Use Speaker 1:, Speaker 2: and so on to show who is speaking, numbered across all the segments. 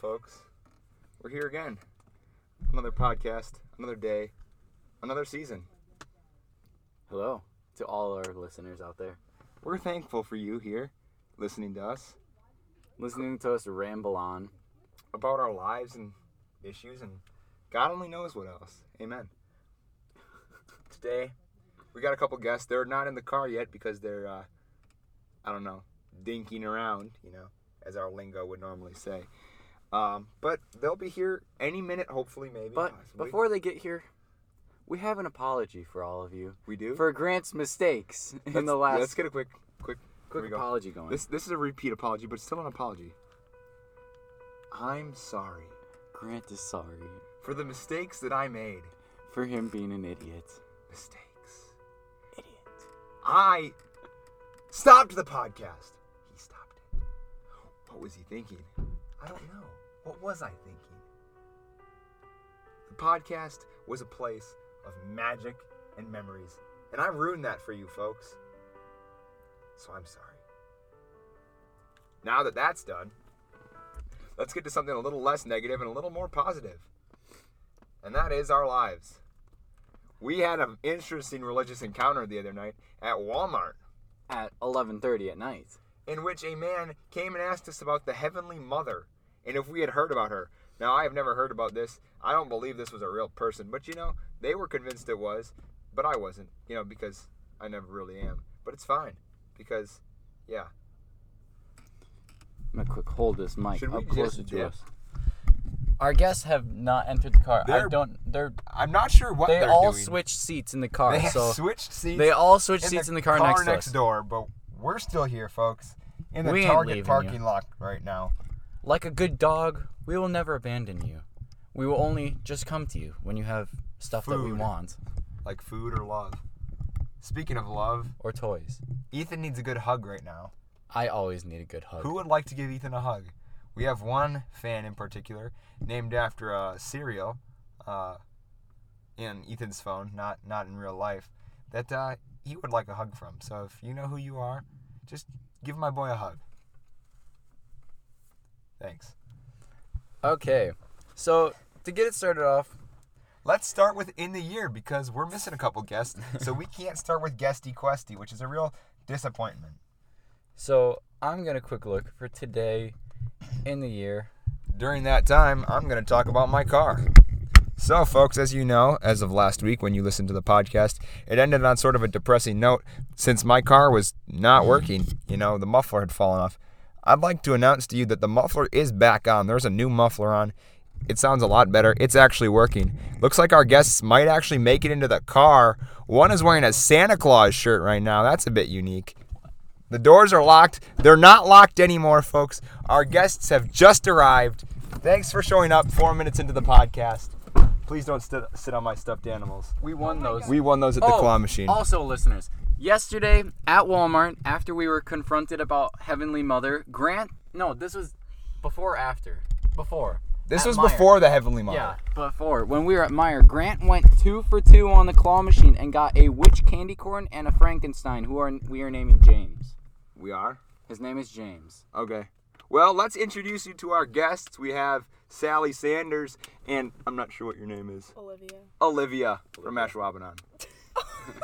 Speaker 1: folks. We're here again. Another podcast, another day, another season.
Speaker 2: Hello to all our listeners out there
Speaker 1: We're thankful for you here listening to us
Speaker 2: listening to us ramble on.
Speaker 1: about our lives and issues and God only knows what else. Amen. Today, we got a couple guests. They're not in the car yet because they're, uh, I don't know, dinking around, you know, as our lingo would normally say. Um, but they'll be here any minute, hopefully, maybe.
Speaker 2: But
Speaker 1: possibly.
Speaker 2: before they get here, we have an apology for all of you
Speaker 1: we do,
Speaker 2: for Grant's mistakes in the
Speaker 1: Let's-
Speaker 2: last
Speaker 1: Let's get a quick, quick, here
Speaker 2: quick
Speaker 1: we go.
Speaker 2: apology going.
Speaker 1: This this is a repeat apology, but it's still an apology. I'm sorry
Speaker 2: Grant is sorry
Speaker 1: for the mistakes that I made.
Speaker 2: for him being an idiot.
Speaker 1: Mistakes.
Speaker 2: Idiot.
Speaker 1: I stopped the podcast. He stopped it. What was he thinking? I don't know. What was I thinking? The podcast was a place of magic and memories, and I ruined that for you folks. So I'm sorry. Now that that's done, let's get to something a little less negative and a little more positive. And that is our lives. We had an interesting religious encounter the other night at Walmart
Speaker 2: At 11:30 at night.
Speaker 1: in which a man came and asked us about the Heavenly Mother and if we had heard about her. Now, I have never heard about this. I don't believe this was a real person, but you know, they were convinced it was, but I wasn't, you know, because I never really am. But it's fine because, yeah.
Speaker 2: I'm gonna quick hold this mic
Speaker 1: Should we
Speaker 2: up
Speaker 1: just
Speaker 2: closer to
Speaker 1: dip?
Speaker 2: us. Our guests have not entered the car. I
Speaker 1: They're-
Speaker 2: don't. They're.
Speaker 1: I'm not sure what
Speaker 2: They all switched seats in the car.
Speaker 1: They
Speaker 2: so
Speaker 1: switched seats.
Speaker 2: they all switched seats in the car, next, to us.
Speaker 1: door, but we're still here, folks, in
Speaker 2: the We ain't Target leaving you. parking
Speaker 1: lot right now.
Speaker 2: Like a good dog, we will never abandon you. We will only just come to you when you have stuff that we
Speaker 1: Food.
Speaker 2: want
Speaker 1: Like food or love. Speaking of love,
Speaker 2: or toys.
Speaker 1: Ethan needs a good hug right now.
Speaker 2: I always need a good hug.
Speaker 1: Who would like to give Ethan a hug? We have one fan in particular, named after a cereal, uh, in Ethan's phone, not not in real life, that uh, he would like a hug from. So if you know who you are, just give my boy a hug. Thanks.
Speaker 2: Okay, so to get it started off,
Speaker 1: Let's start with in the year because we're missing a couple guests, so we can't start with guesty questy, which is a real disappointment.
Speaker 2: so I'm gonna quick look for today in the year.
Speaker 1: During that time, I'm going to talk about my car. So, folks, as you know, as of last week when you listened to the podcast, it ended on sort of a depressing note since my car was not working. You know, the muffler had fallen off. I'd like to announce to you that the muffler is back on. There's a new muffler on. It sounds a lot better. It's actually working. Looks like our guests might actually make it into the car. One is wearing a Santa Claus shirt right now. That's a bit unique. The doors are locked. They're not locked anymore, folks. Our guests have just arrived. Thanks for showing up four minutes into the podcast. Please don't st- sit on my stuffed animals.
Speaker 2: We won those. Oh,
Speaker 1: We won those at the claw machine.
Speaker 2: Also, listeners, yesterday at Walmart, after we were confronted about Heavenly Mother, Grant. No, this was before, or after, before.
Speaker 1: this
Speaker 2: At
Speaker 1: was
Speaker 2: Meijer.
Speaker 1: before the Heavenly Mother.
Speaker 2: Yeah, before when we were at Meyer, Grant went two for two on the claw machine and got a witch candy corn and a Frankenstein, who are we are naming James.
Speaker 1: We are?
Speaker 2: His name is James.
Speaker 1: Okay. Well, let's introduce you to our guests. We have Sally Sanders and I'm not sure what your name is.
Speaker 3: Olivia.
Speaker 1: Olivia from Ashwaubenon.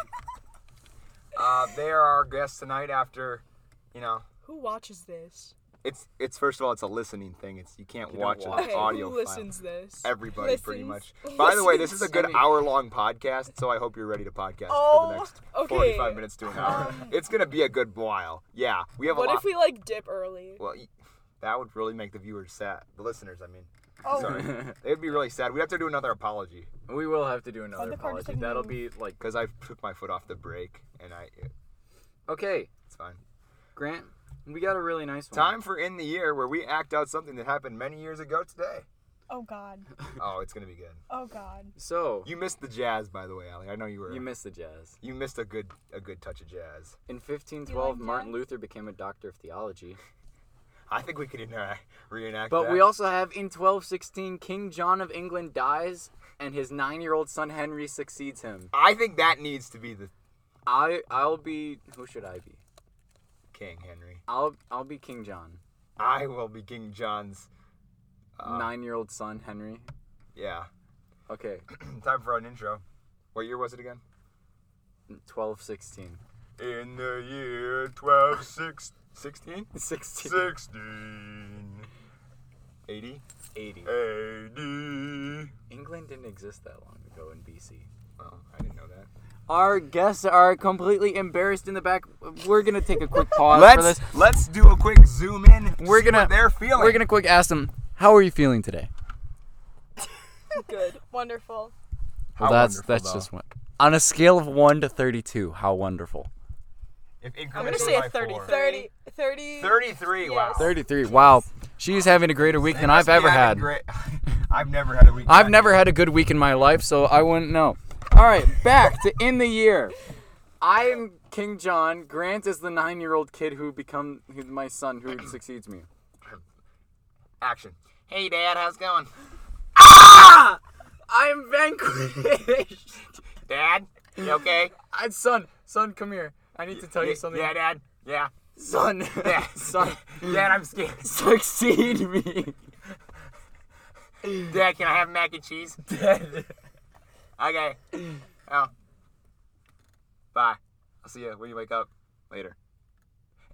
Speaker 1: uh, they are our guests tonight after, you know,
Speaker 3: Who watches this?
Speaker 1: It's it's first of all, it's a listening thing. It's you can't
Speaker 2: don't
Speaker 1: watch,
Speaker 2: watch
Speaker 1: an audio.
Speaker 3: who
Speaker 1: file.
Speaker 3: listens this?
Speaker 1: Everybody, pretty much.
Speaker 3: Listens?
Speaker 1: By the way, this is a
Speaker 3: Listens?
Speaker 1: good
Speaker 2: I mean-
Speaker 1: hour-long podcast, so I hope you're ready to podcast for
Speaker 3: Oh,
Speaker 1: the next
Speaker 3: okay. Um,
Speaker 1: 45 minutes to an hour. it's gonna be a good while. Yeah, we have a
Speaker 3: What
Speaker 1: lot.
Speaker 3: if we like dip early?
Speaker 1: Well, y- that would really make the viewers sad. The listeners, I mean.
Speaker 3: Oh.
Speaker 1: Sorry, they'd be really sad. We'd have to do another apology
Speaker 2: We will have to do another
Speaker 3: the card
Speaker 2: apology.
Speaker 3: doesn't
Speaker 2: That'll be
Speaker 3: move.
Speaker 2: like
Speaker 1: because I took my foot off the brake, and I
Speaker 2: okay,
Speaker 1: it's fine.
Speaker 2: Grant. We got a really nice one.
Speaker 1: Time for in the year where we act out something that happened many years ago today.
Speaker 3: Oh god.
Speaker 1: Oh, it's gonna be good.
Speaker 3: Oh god.
Speaker 2: So
Speaker 1: You missed the jazz, by the way, Ali. I know you were.
Speaker 2: you missed the jazz.
Speaker 1: You missed a good a good touch of jazz.
Speaker 2: In 1512,
Speaker 3: like
Speaker 2: Martin
Speaker 3: jazz?
Speaker 2: Luther became a doctor of theology.
Speaker 1: I think we could enact, reenact
Speaker 2: But
Speaker 1: that.
Speaker 2: we also have in 1216, King John of England dies, and his nine-year-old son Henry succeeds him.
Speaker 1: I think that needs to be the
Speaker 2: I I'll be who should I be?
Speaker 1: King Henry.
Speaker 2: I'll I'll be King John.
Speaker 1: I will be King John's Uh,
Speaker 2: nine-year-old son Henry.
Speaker 1: Yeah.
Speaker 2: Okay,
Speaker 1: Time for an intro. What year was it again?
Speaker 2: 12, 16.
Speaker 1: In the year 12, 16?
Speaker 2: 16,
Speaker 1: 16. 80?
Speaker 2: 80.
Speaker 1: 80.
Speaker 2: England didn't exist that long ago in BC.
Speaker 1: Oh, I didn't know that.
Speaker 2: Our guests are completely embarrassed in the back. We're gonna take a quick pause for
Speaker 1: Let's
Speaker 2: this.
Speaker 1: let's do a quick zoom in.
Speaker 2: We're
Speaker 1: see
Speaker 2: gonna-
Speaker 1: what they're feeling.
Speaker 2: We're gonna quick ask them, how are you feeling today?
Speaker 3: Good. Wonderful.
Speaker 1: How
Speaker 2: Well, that's
Speaker 1: wonderful,
Speaker 2: that's
Speaker 1: though.
Speaker 2: just one. On a scale of one to thirty-two, how wonderful?
Speaker 1: If
Speaker 3: I'm gonna
Speaker 1: incremented
Speaker 3: say
Speaker 1: by
Speaker 3: a 30,
Speaker 1: four.
Speaker 3: 30, 30.
Speaker 1: 33. Wow.
Speaker 3: Yes.
Speaker 2: Thirty-three. Wow, she's having a greater week
Speaker 1: They
Speaker 2: than
Speaker 1: must
Speaker 2: I've
Speaker 1: be
Speaker 2: ever had.
Speaker 1: having great- I've never had a week.
Speaker 2: I've
Speaker 1: back.
Speaker 2: never had a good week in my life, so I wouldn't know. All right, back to in the year. I'm King John. Grant is the nine-year-old kid who become who's my son who succeeds me.
Speaker 1: action. Hey, Dad, how's it going?
Speaker 2: Ah! I'm vanquished.
Speaker 1: Dad, you okay?
Speaker 2: I, son, son, come here. I need to tell you something.
Speaker 1: Yeah, Dad. Yeah.
Speaker 2: Son,
Speaker 1: Yeah.
Speaker 2: son,
Speaker 1: Dad, I'm scared.
Speaker 2: succeed me.
Speaker 1: Dad, can I have mac and cheese?
Speaker 2: Dad.
Speaker 1: Okay. Oh. Bye. I'll see you when you wake up later.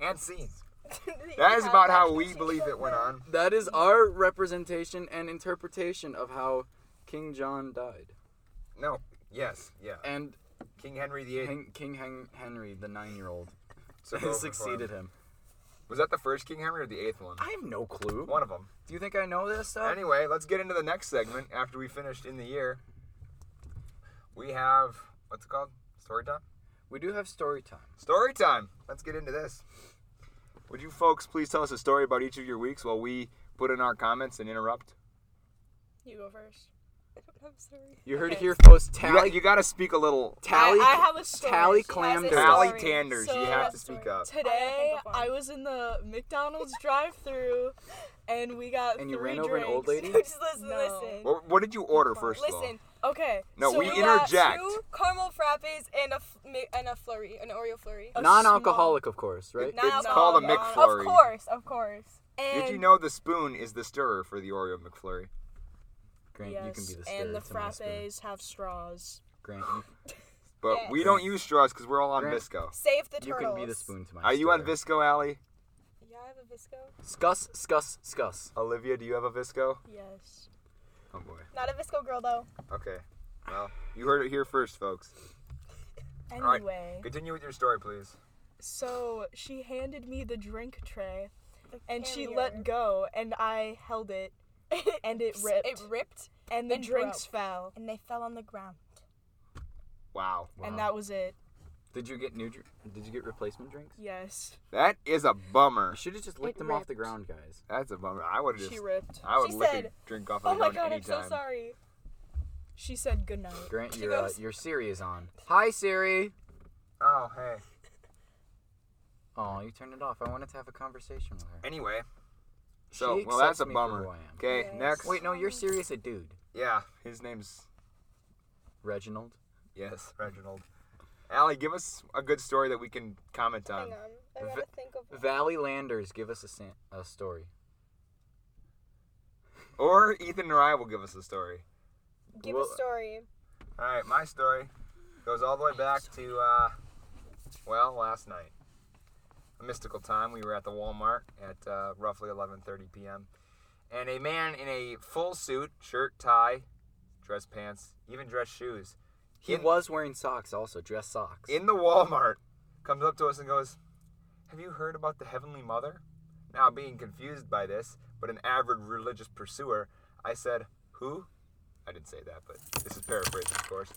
Speaker 1: And scenes. That is about how we believe it went on.
Speaker 2: That is our representation and interpretation of how King John died.
Speaker 1: No. Yes. Yeah.
Speaker 2: And
Speaker 1: King Henry VIII
Speaker 2: King, King Hen- Henry, the nine-year-old,
Speaker 1: took over for him.
Speaker 2: succeeded him.
Speaker 1: Was that the first King Henry or the eighth one?
Speaker 2: I have no clue.
Speaker 1: One of them.
Speaker 2: Do you think I know this stuff?
Speaker 1: Anyway, let's get into the next segment after we finished in the year. We have what's it called? Story time.
Speaker 2: we do have story time.
Speaker 1: Story time. Let's get into this. Would you folks please tell us a story about each of your weeks while we put in our comments and interrupt?
Speaker 3: You go first. I'm sorry.
Speaker 2: You heard it
Speaker 3: Okay.
Speaker 2: here first.
Speaker 1: You got,
Speaker 2: Tally,
Speaker 1: you got to speak a little.
Speaker 2: tally,
Speaker 3: I, I have a story. She
Speaker 2: tally
Speaker 3: has
Speaker 2: clam
Speaker 3: a
Speaker 2: Yes.
Speaker 1: Tally
Speaker 3: story.
Speaker 1: Tanders,
Speaker 3: So-
Speaker 1: you have to speak up.
Speaker 3: Today,
Speaker 4: I have a
Speaker 3: I was in the McDonald's drive-through, and we got
Speaker 2: And you
Speaker 3: three
Speaker 2: ran over an old
Speaker 3: drinks.
Speaker 2: lady?
Speaker 4: Just listen,
Speaker 3: No.
Speaker 4: listen.
Speaker 1: What, what did you order first of all?
Speaker 4: Listen.
Speaker 3: Okay.
Speaker 1: No,
Speaker 3: so
Speaker 1: we
Speaker 3: got
Speaker 1: interject.
Speaker 4: Got two caramel frappes and a f- mi- and a flurry, an Oreo flurry.
Speaker 3: a
Speaker 2: non-alcohol, of course, right?
Speaker 4: Now-
Speaker 1: It's called a
Speaker 3: no.
Speaker 1: McFlurry.
Speaker 4: Of course, of course. And
Speaker 1: Did you know the spoon is the stirrer for the Oreo McFlurry?
Speaker 2: Grant, you can be the
Speaker 3: Yes, and the
Speaker 2: stirrer to my spoon.
Speaker 3: frappes have straws.
Speaker 2: Grant, you,
Speaker 1: But
Speaker 4: Yes.
Speaker 1: we don't use straws because we're all on
Speaker 2: Grant-
Speaker 1: Visco.
Speaker 4: Save the
Speaker 2: you
Speaker 4: turtles.
Speaker 2: can be the spoon to my.
Speaker 1: Are you on
Speaker 2: stirrer.
Speaker 1: Visco, Allie?
Speaker 4: Yeah, I have a Visco.
Speaker 2: Scuss, scuss, scuss.
Speaker 1: Olivia, do you have a Visco?
Speaker 3: Yes.
Speaker 1: Oh boy.
Speaker 4: Not a Visco girl though.
Speaker 1: Okay. Well, you heard it here first, folks. right.
Speaker 3: Anyway,
Speaker 1: Continue with your story, please.
Speaker 3: so she handed me the drink tray,
Speaker 4: The
Speaker 3: and she
Speaker 4: carrier.
Speaker 3: let go, and I held it, and it ripped,
Speaker 4: It ripped,
Speaker 3: and the
Speaker 4: and
Speaker 3: drinks
Speaker 4: broke.
Speaker 3: fell,
Speaker 4: and they fell on the ground.
Speaker 1: Wow.
Speaker 3: and
Speaker 2: Wow.
Speaker 3: that was it.
Speaker 2: Did you get new? dr- Did you get replacement drinks?
Speaker 3: Yes.
Speaker 1: That is a bummer.
Speaker 2: You should have just licked
Speaker 4: It
Speaker 2: them off the
Speaker 4: ripped.
Speaker 2: ground, guys.
Speaker 1: That's a bummer. I would have
Speaker 3: She
Speaker 1: just.
Speaker 3: ripped.
Speaker 1: I would
Speaker 4: She
Speaker 1: lick a
Speaker 4: said,
Speaker 1: drink off
Speaker 4: Oh
Speaker 1: of
Speaker 4: my
Speaker 1: the
Speaker 4: god,
Speaker 1: ground
Speaker 4: I'm so
Speaker 1: anytime.
Speaker 4: sorry.
Speaker 3: She said goodnight.
Speaker 2: Grant,
Speaker 4: She
Speaker 2: your uh,
Speaker 4: goes-
Speaker 2: your Siri is on. Hi, Siri.
Speaker 1: Oh hey.
Speaker 2: Oh, you turned it off. I wanted to have a conversation with her.
Speaker 1: Anyway. So
Speaker 2: She
Speaker 1: well, that's
Speaker 2: accepts
Speaker 1: a
Speaker 2: me for
Speaker 1: bummer.
Speaker 2: who I am.
Speaker 1: Okay.
Speaker 4: Yes.
Speaker 1: Next.
Speaker 2: Wait, no, you're Siri is a dude.
Speaker 1: Yeah. His name's
Speaker 2: Reginald.
Speaker 1: yes Reginald. Allie, give us a good story that we can comment on.
Speaker 4: Hang on, I
Speaker 2: V-
Speaker 4: gotta think of. one.
Speaker 2: Valley Landers, give us a, san- a story.
Speaker 1: Or Ethan or I will give us a story.
Speaker 4: Give
Speaker 2: Well-
Speaker 4: a story.
Speaker 1: All right, my story goes all the way back to, uh, well, last night. A mystical time. We were at the Walmart at uh, roughly 11:30 p.m. And a man in a full suit, shirt, tie, dress pants, even dress shoes,
Speaker 2: He
Speaker 1: In-
Speaker 2: was wearing socks also, dress socks.
Speaker 1: in the Walmart comes up to us and goes, Have you heard about the Heavenly Mother? Now, being confused by this, but an avid religious pursuer, I said, Who? I didn't say that, but this is paraphrasing, of course.